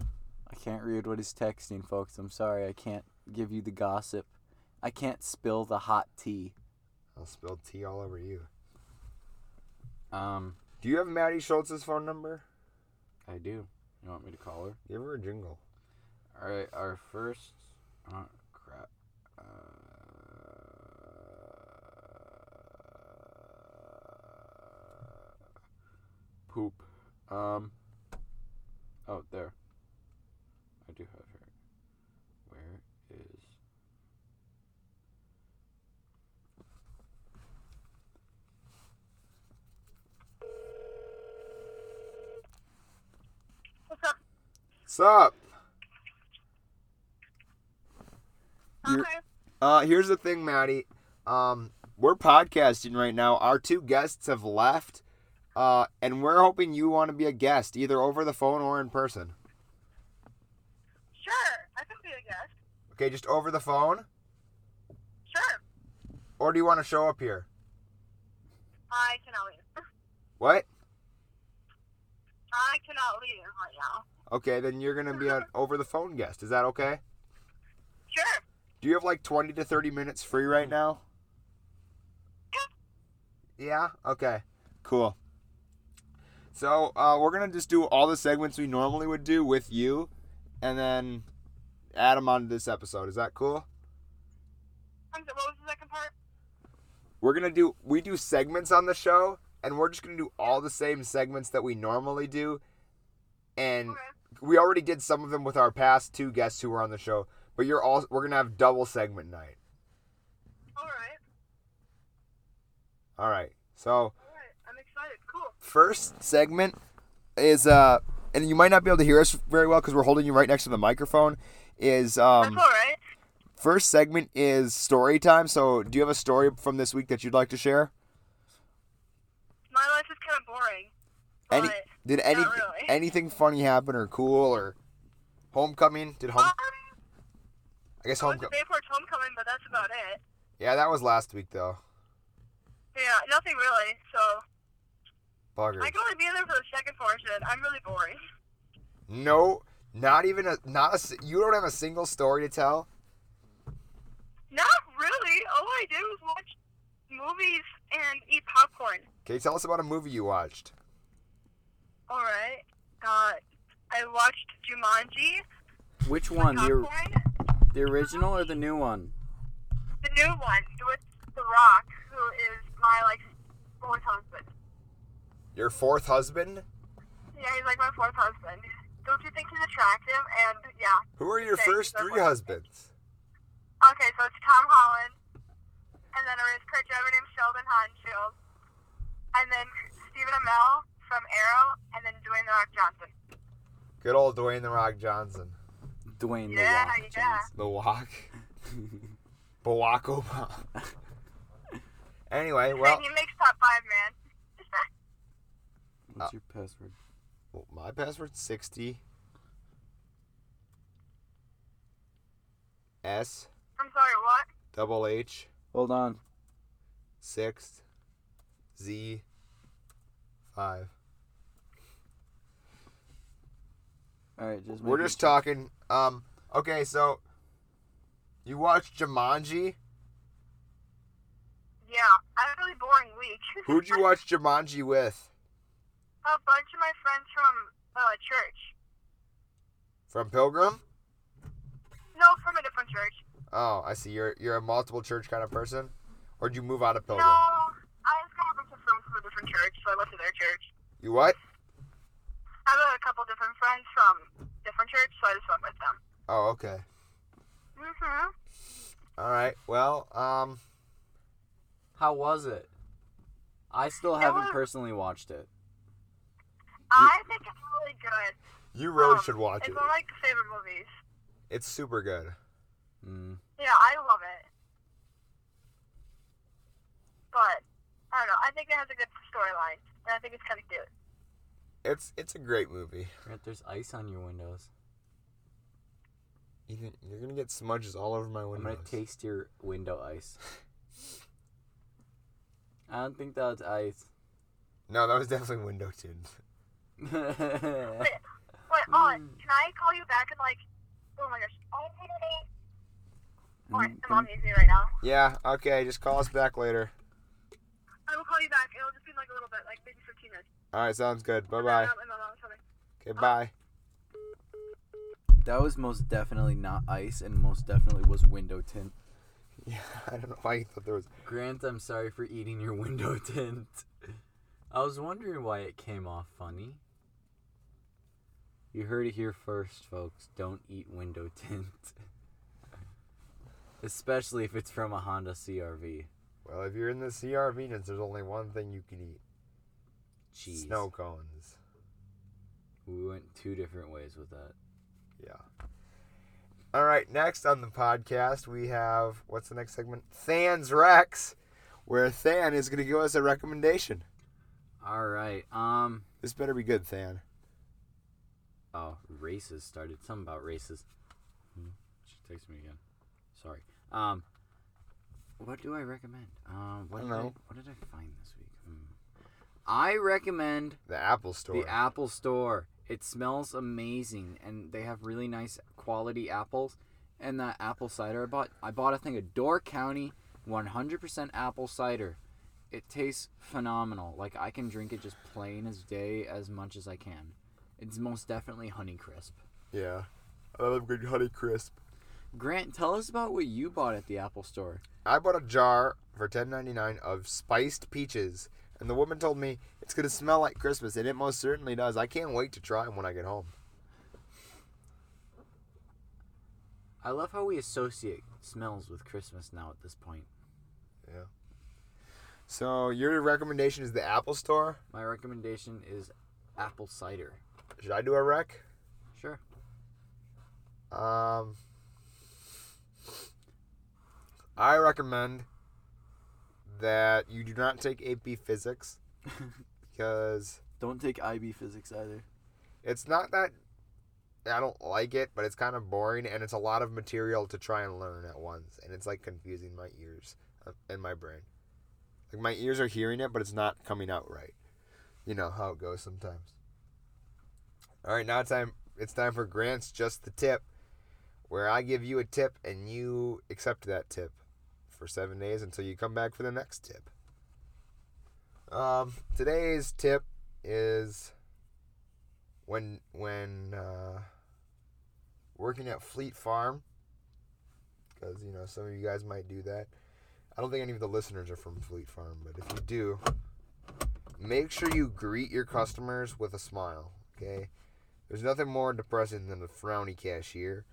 Speaker 2: I can't read what he's texting, folks. I'm sorry. I can't give you the gossip. I can't spill the hot tea.
Speaker 1: I'll spill tea all over you.
Speaker 2: Um,
Speaker 1: Do you have Maddie Schultz's phone number?
Speaker 2: I do. You want me to call her?
Speaker 1: Give her a jingle.
Speaker 2: All right, our first. Oh crap. Uh, poop. Um. Oh, there. I do have her. Where is?
Speaker 1: Sup?
Speaker 3: Okay.
Speaker 1: You're- Uh, here's the thing, Maddie. Um, we're podcasting right now. Our two guests have left, uh, and we're hoping you want to be a guest, either over the phone or in person.
Speaker 3: Sure. I can be a guest.
Speaker 1: Okay, just over the phone,
Speaker 3: Sure.
Speaker 1: or do you want to show up here?
Speaker 3: I cannot leave.
Speaker 1: What?
Speaker 3: I cannot leave right now.
Speaker 1: Okay, then you're gonna be an over the phone guest. Is that okay?
Speaker 3: Sure.
Speaker 1: Do you have like 20 to 30 minutes free right now? Yeah? Okay. Cool. So, uh, we're going to just do all the segments we normally would do with you and then add them onto this episode. Is that cool?
Speaker 3: I'm so, what was the second part?
Speaker 1: We're going to do, we do segments on the show and we're just going to do all the same segments that we normally do. And we already did some of them with our past two guests who were on the show, but you're all, we're going to have double segment night.
Speaker 3: All right.
Speaker 1: All right. So,
Speaker 3: All right. I'm excited. Cool.
Speaker 1: first segment is uh and you might not be able to hear us very well because we're holding you right next to the microphone is um
Speaker 3: That's all right.
Speaker 1: first segment is story time so do you have a story from this week that you'd like to share
Speaker 3: My life is kind of boring.
Speaker 1: any
Speaker 3: But
Speaker 1: did any
Speaker 3: Oh, not really.
Speaker 1: anything funny happen or cool or homecoming did home
Speaker 3: Um,
Speaker 1: i guess
Speaker 3: I went to
Speaker 1: homecoming
Speaker 3: Bayport's homecoming, but that's about it.
Speaker 1: yeah that was last week though
Speaker 3: Yeah, nothing really. So
Speaker 1: bugger
Speaker 3: I can only be in there for the second portion. I'm really boring.
Speaker 1: no not even a not a s- you don't have a single story to tell
Speaker 3: Not really. All I do is watch movies and eat popcorn.
Speaker 1: okay tell us about a movie you watched
Speaker 3: All right. Uh, I watched Jumanji.
Speaker 2: Which one? The, or-
Speaker 3: Popcorn.
Speaker 2: the original or the new one?
Speaker 3: The new one with The Rock, who is my like fourth husband.
Speaker 1: your fourth husband
Speaker 3: Yeah, he's like my fourth husband. Don't you think he's attractive? And yeah.
Speaker 1: who are your
Speaker 3: Thank you
Speaker 1: first
Speaker 3: so
Speaker 1: three
Speaker 3: much.
Speaker 1: husbands
Speaker 3: Okay, so it's Tom Holland, and then there is Kurt driver named Sheldon Hodenshield, and then Stephen Amell from Arrow, and then Dwayne The Rock Johnson.
Speaker 1: good old dwayne the rock johnson
Speaker 2: Dwayne
Speaker 3: Yeah,
Speaker 2: the Rock
Speaker 3: yeah.
Speaker 2: Johnson.
Speaker 1: The walk. Barack Obama. anyway, well,
Speaker 3: and he makes top five, man.
Speaker 2: What's your password?
Speaker 1: Well, my password's 60 S
Speaker 3: I'm sorry, what?
Speaker 1: double H
Speaker 2: Hold on.
Speaker 1: 6 Z 5.
Speaker 2: All right, just
Speaker 1: We're
Speaker 2: making
Speaker 1: just
Speaker 2: sure.
Speaker 1: talking. Um, okay, so you watched Jumanji.
Speaker 3: Yeah, I had a really boring week.
Speaker 1: Who'd you watch Jumanji with?
Speaker 3: a bunch of my friends from uh, church.
Speaker 1: From Pilgrim?
Speaker 3: No, from a different church.
Speaker 1: Oh, I see. You're you're a multiple church kind of person, or did you move out of Pilgrim?
Speaker 3: No, I just got a bunch of friends from a different church, so I went to their church.
Speaker 1: You what?
Speaker 3: I have a couple different friends from different church, so I just went with them.
Speaker 1: Oh, okay.
Speaker 3: Mm-hmm.
Speaker 1: All right. Well, um,
Speaker 2: How was it? I still haven't
Speaker 3: was-
Speaker 2: personally watched it.
Speaker 3: I think it's really good.
Speaker 1: you really
Speaker 3: Um,
Speaker 1: should watch
Speaker 3: it's
Speaker 1: it.
Speaker 3: It's one of my favorite movies.
Speaker 1: It's super good.
Speaker 2: Mm.
Speaker 3: Yeah, I love it. But I don't know. I think it has a good storyline, and I think it's kind of cute.
Speaker 1: It's it's a great movie.
Speaker 2: Grant, there's ice on your windows.
Speaker 1: Ethan, you're gonna get smudges all over my
Speaker 2: I'm
Speaker 1: windows.
Speaker 2: gonna taste your window ice. I don't think that's ice.
Speaker 1: no, that was definitely window tint.
Speaker 3: Wait, Owen, can I call you back in like? Oh my gosh. Oh, my gosh. Oh, my mom needs me right now.
Speaker 1: Yeah. Okay. Just call us back later.
Speaker 3: I will call you back. It'll just be like a little bit, like maybe 15 minutes.
Speaker 1: All right. Sounds good. Bye
Speaker 3: I'm
Speaker 1: bye.
Speaker 3: out, my mom's coming.
Speaker 1: Okay. Bye.
Speaker 2: that was most definitely not ice, and most definitely was window tint.
Speaker 1: Yeah. I don't know why you thought there was.
Speaker 2: Grant, I'm sorry for eating your window tint. I was wondering why it came off funny. You heard it here first, folks. Don't eat window tint. Especially if it's from a Honda CRV.
Speaker 1: Well, if you're in the CRV, then there's only one thing you can eat:
Speaker 2: Jeez.
Speaker 1: snow cones.
Speaker 2: We went two different ways with that.
Speaker 1: Yeah. All right. Next on the podcast, we have what's the next segment? Than's Rex, where Than is going to give us a recommendation.
Speaker 2: All right. Um.
Speaker 1: This better be good, Than.
Speaker 2: Oh, races started. Something about races. Hmm, She texted me again. Sorry. Um, what do I recommend? Um, what
Speaker 1: I
Speaker 2: did
Speaker 1: don't
Speaker 2: I,
Speaker 1: know.
Speaker 2: what did I find this week? Hmm. I recommend
Speaker 1: The Apple Store.
Speaker 2: the Apple Store. It smells amazing, and they have really nice quality apples. And that apple cider I bought, I bought a thing of Door County 100% apple cider. It tastes phenomenal. Like I can drink it just plain as day as much as I can. It's most definitely Honey Crisp.
Speaker 1: yeah. I love good honey crisp.
Speaker 2: Grant, tell us about what you bought at the Apple Store.
Speaker 1: I bought a jar for ten ninety nine of spiced peaches, and the woman told me it's going to smell like Christmas, and it most certainly does. I can't wait to try them when I get home.
Speaker 2: I love how we associate smells with Christmas now at this point.
Speaker 1: Yeah. So your recommendation is the Apple Store.
Speaker 2: My recommendation is apple cider.
Speaker 1: Should I do a rec?
Speaker 2: Sure.
Speaker 1: Um, I recommend that you do not take AP Physics because
Speaker 2: Don't take IB physics either.
Speaker 1: it's not that I don't like it, but it's kind of boring and it's a lot of material to try and learn at once, and it's like confusing my ears uh, and my brain. Like my ears are hearing it, but it's not coming out right. You know how it goes sometimes. All right, now time. It's time for Grant's just the tip, where I give you a tip and you accept that tip for seven days until you come back for the next tip. Um, today's tip is when when uh, working at Fleet Farm, because you know some of you guys might do that. I don't think any of the listeners are from Fleet Farm, but if you do, make sure you greet your customers with a smile. Okay, there's nothing more depressing than a frowny cashier.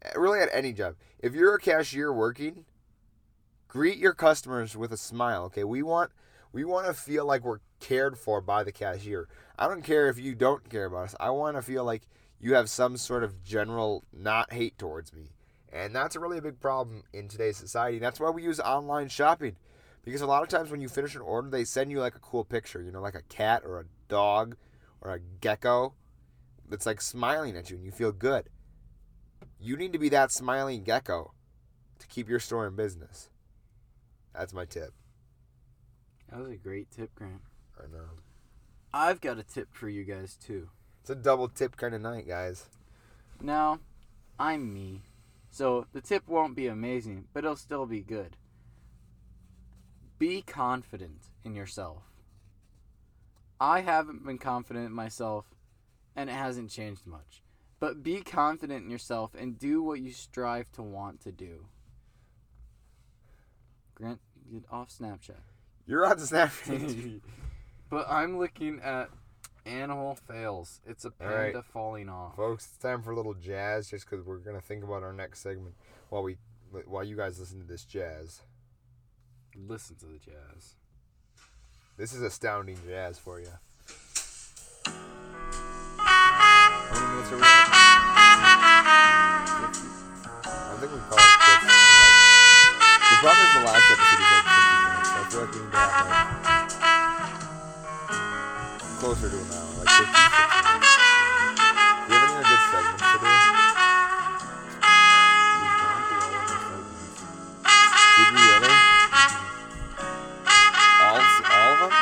Speaker 1: Eh, Really, at any job, if you're a cashier working, greet your customers with a smile. Okay, we want we want to feel like we're cared for by the cashier. I don't care if you don't care about us. I want to feel like you have some sort of general not hate towards me. And that's really a big problem in today's society. That's why we use online shopping. Because a lot of times when you finish an order, they send you like a cool picture, you know, like a cat or a dog or a gecko that's like smiling at you and you feel good. You need to be that smiling gecko to keep your store in business. That's my tip.
Speaker 2: That was a great tip, Grant.
Speaker 1: I know.
Speaker 2: I've got a tip for you guys too.
Speaker 1: It's a double tip kind of night, guys.
Speaker 2: Now, I'm me. So the tip won't be amazing, but it'll still be good. Be confident in yourself. I haven't been confident in myself, and it hasn't changed much. But be confident in yourself and do what you strive to want to do. Grant, get off Snapchat.
Speaker 1: You're on Snapchat.
Speaker 2: but I'm looking at animal fails. It's a
Speaker 1: right.
Speaker 2: panda falling off.
Speaker 1: Folks, it's time for a little jazz just because we're going to think about our next segment while we while you guys listen to this jazz.
Speaker 2: Listen to the jazz.
Speaker 1: This is astounding jazz for you. How many minutes are we at? I think we call it fifty. The problem is the last episode is like 50 minutes, so I feel like we can go out like closer to an hour, like 50, 60 minutes. Do you have any other good segments to do? We've gone through all of our segments. Did we really? All, all of them?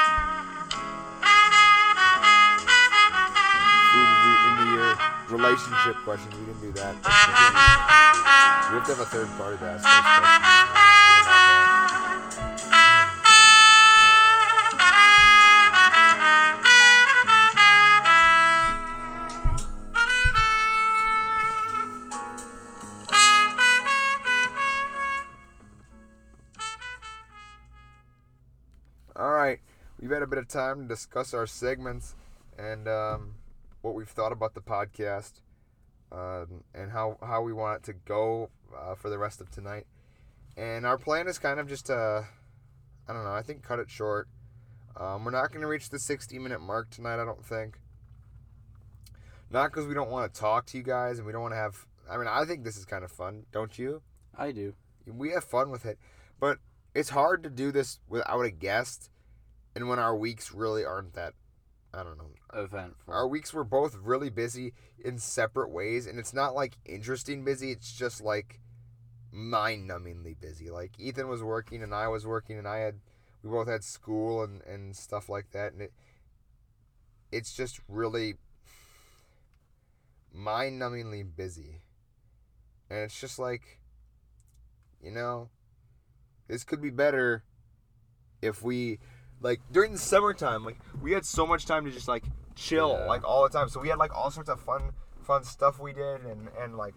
Speaker 1: Food of the, in the year, relationship questions. We didn't do that. But again, we have to have a third party to ask those questions. All right, we've had a bit of time to discuss our segments and um, what we've thought about the podcast um, and how, how we want it to go uh, for the rest of tonight. And our plan is kind of just uh, I don't know, I think cut it short. Um, we're not going to reach the 60 minute mark tonight, I don't think. Not because we don't want to talk to you guys and we don't want to have. I mean, I think this is kind of fun, don't you?
Speaker 2: I do.
Speaker 1: we have fun with it, but it's hard to do this without a guest, and when our weeks really aren't that. I don't know.
Speaker 2: Eventful.
Speaker 1: Our weeks were both really busy in separate ways, and it's not like interesting busy. It's just like mind-numbingly busy. Like Ethan was working, and I was working, and I had we both had school and and stuff like that, and it it's just really mind-numbingly busy, and it's just like you know, this could be better if we like during the summertime, like we had so much time to just like chill
Speaker 2: Yeah.
Speaker 1: like all the time. So we had like all sorts of fun fun stuff we did and and like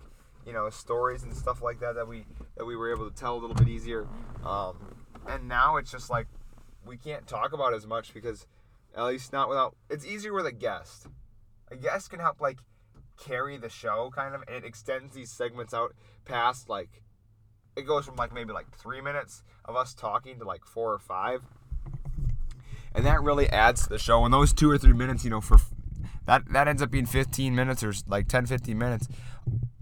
Speaker 1: you know, stories and stuff like that that we that we were able to tell a little bit easier. Um and now it's just like we can't talk about as much because at least not without it's easier with a guest. A guest can help like carry the show kind of and it extends these segments out past like it goes from like maybe like three minutes of us talking to like four or five and that really adds to the show and those two or three minutes you know for that that ends up being 15 minutes or like 10 15 minutes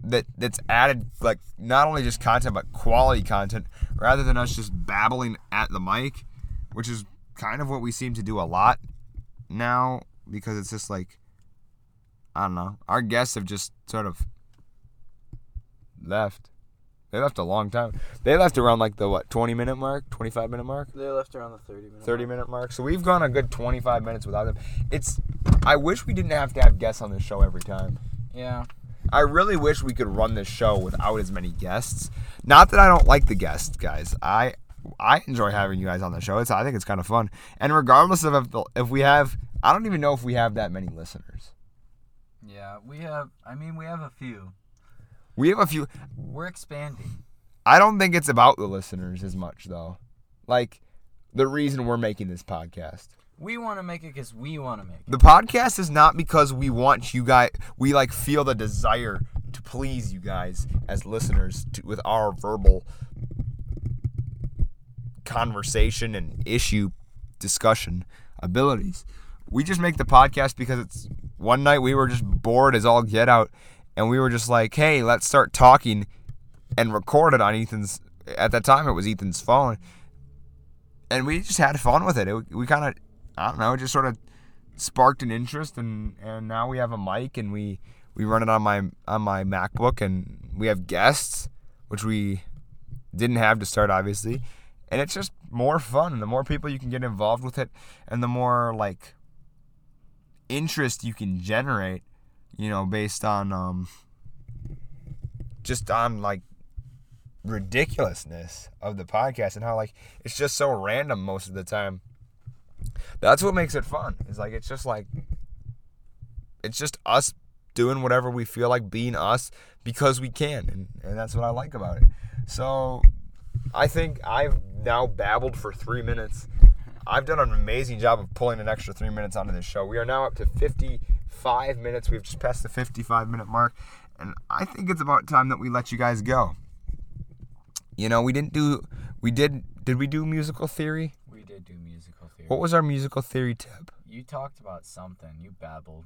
Speaker 1: that that's added like not only just content but quality content rather than us just babbling at the mic which is kind of what we seem to do a lot now because it's just like i don't know our guests have just sort of left they left a long time they left around like the what 20 minute mark 25 minute mark
Speaker 2: They left around the 30 minute.
Speaker 1: 30 minute mark. So we've gone a good 25 minutes without them. It's I wish we didn't have to have guests on this show every time.
Speaker 5: Yeah.
Speaker 1: I really wish we could run this show without as many guests. Not that I don't like the guests, guys. I I enjoy having you guys on the show. It's I think it's kind of fun. And regardless of if, the, if we have I don't even know if we have that many listeners.
Speaker 5: Yeah, we have. I mean, we have a few.
Speaker 1: We have a few
Speaker 5: We're expanding.
Speaker 1: I don't think it's about the listeners as much though. Like the reason we're making this podcast.
Speaker 5: We want to make it because we want to make it.
Speaker 1: The podcast is not because we want you guys. We like feel the desire to please you guys as listeners to, with our verbal conversation and issue discussion abilities. We just make the podcast because it's one night we were just bored as all get out, and we were just like, "Hey, let's start talking," and record it on Ethan's. At that time, it was Ethan's phone, and we just had fun with it. it we kind of, I don't know, it just sort of sparked an interest, and and now we have a mic, and we we run it on my on my MacBook, and we have guests, which we didn't have to start, obviously. And it's just more fun. The more people you can get involved with it, and the more like interest you can generate, you know, based on um, just on like ridiculousness of the podcast and how like it's just so random most of the time. That's what makes it fun. It's like it's just like it's just us doing whatever we feel like being us because we can and, and that's what I like about it. So I think I've now babbled for three minutes. I've done an amazing job of pulling an extra three minutes onto this show. We are now up to 55 minutes. We've just passed the 55 minute mark. And I think it's about time that we let you guys go. You know, we didn't do, we did, did we do musical theory?
Speaker 5: We did do musical theory.
Speaker 1: What was our musical theory tip?
Speaker 5: You talked about something. You babbled.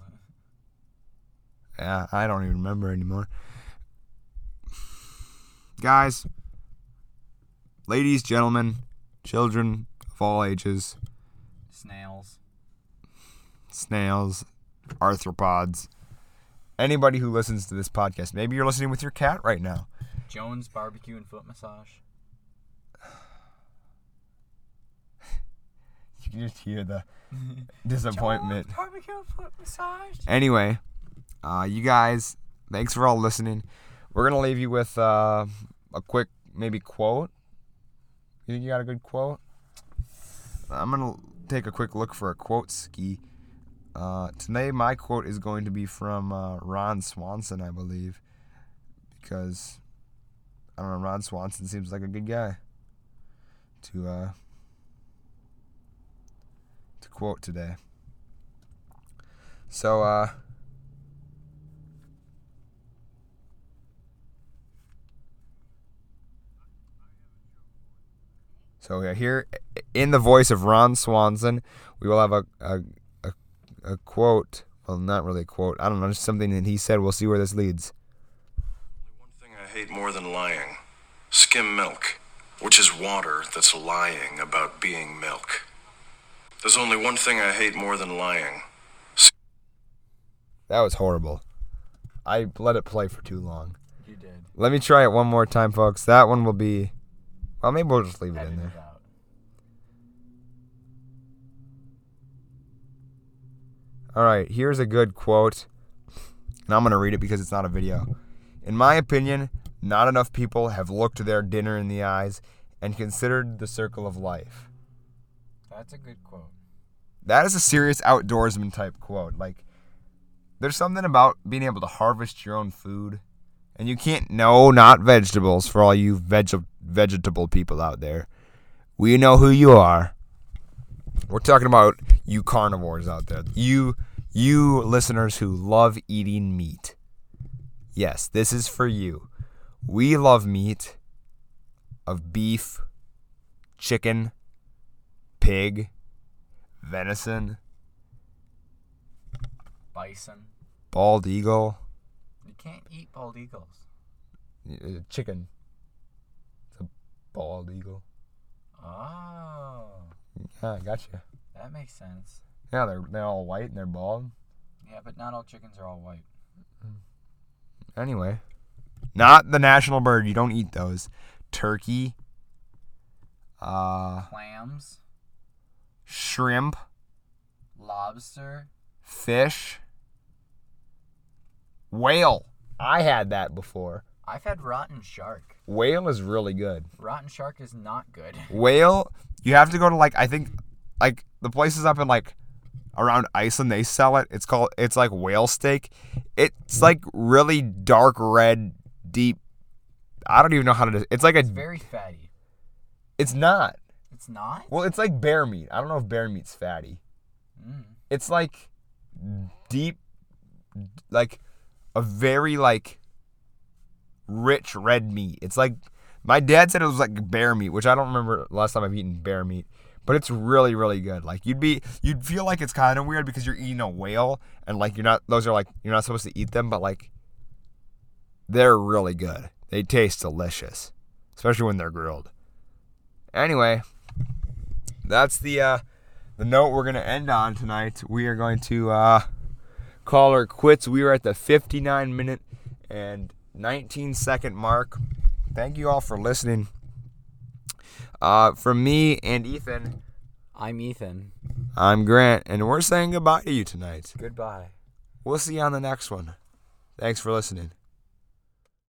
Speaker 1: Yeah, I don't even remember anymore. Guys, ladies, gentlemen, children of all ages,
Speaker 5: Snails.
Speaker 1: snails, arthropods, anybody who listens to this podcast. Maybe you're listening with your cat right now.
Speaker 5: Jones barbecue and foot massage.
Speaker 1: You can just hear the disappointment.
Speaker 5: Barbecue and foot massage.
Speaker 1: Anyway, uh, you guys, thanks for all listening. We're gonna leave you with uh, a quick, maybe quote. You think you got a good quote? I'm gonna take a quick look for a quote ski. Uh, today, my quote is going to be from uh, Ron Swanson, I believe, because I don't know. Ron Swanson seems like a good guy to uh, to quote today. So, uh, So we are here in the voice of Ron Swanson. We will have a a, a, a quote. Well, not really a quote. I don't know, just something that he said. We'll see where this leads.
Speaker 8: One thing I hate more than lying skim milk, which is water that's lying about being milk. There's only one thing I hate more than lying.
Speaker 1: That was horrible. I let it play for too long.
Speaker 5: You did.
Speaker 1: Let me try it one more time, folks. That one will be. Well, maybe we'll just leave it in
Speaker 5: Edit
Speaker 1: there.
Speaker 5: it out.
Speaker 1: All right, here's a good quote, and I'm going to read it because it's not a video. In my opinion, not enough people have looked their dinner in the eyes and considered the circle of life.
Speaker 5: That's a good quote.
Speaker 1: that is a serious outdoorsman type quote. Like, there's something about being able to harvest your own food, and you can't. No, not vegetables for all you veg- vegetable people out there. We know who you are. We're talking about you carnivores out there. You, you listeners who love eating meat. Yes, this is for you. We love meat of beef, chicken, pig, venison,
Speaker 5: Bison.
Speaker 1: bald eagle,
Speaker 5: You can't eat bald eagles.
Speaker 1: uh, chicken. It's a bald eagle.
Speaker 5: Oh,
Speaker 1: Yeah, I gotcha.
Speaker 5: that makes sense.
Speaker 1: Yeah, they're they're all white and they're bald.
Speaker 5: Yeah, but not all chickens are all white.
Speaker 1: Anyway, not the national bird. You don't eat those. Turkey, uh,
Speaker 5: Clams,
Speaker 1: shrimp,
Speaker 5: lobster,
Speaker 1: fish, whale. I had that before.
Speaker 5: I've had rotten shark.
Speaker 1: Whale is really good.
Speaker 5: Rotten shark is not good.
Speaker 1: whale you have to go to like i think like the places up in like around iceland they sell it it's called it's like whale steak it's like really dark red deep i don't even know how to des- it's like a
Speaker 5: It's very fatty.
Speaker 1: it's not
Speaker 5: It's not?
Speaker 1: well it's like bear meat i don't know if bear meat's fatty
Speaker 5: Mm.
Speaker 1: it's like deep like a very like rich red meat it's like my dad said it was like bear meat which i don't remember last time i've eaten bear meat but it's really really good like you'd be you'd feel like it's kind of weird because you're eating a whale and like you're not those are like you're not supposed to eat them but like they're really good they taste delicious especially when they're grilled anyway that's the uh the note we're going to end on tonight, we are going to uh, call her quits. We are at the 59 minute and 19 second mark. Thank you all for listening. Uh, from me and Ethan,
Speaker 2: I'm Ethan.
Speaker 1: I'm Grant, and we're saying goodbye to you tonight.
Speaker 2: Goodbye.
Speaker 1: We'll see you on the next one. Thanks for listening.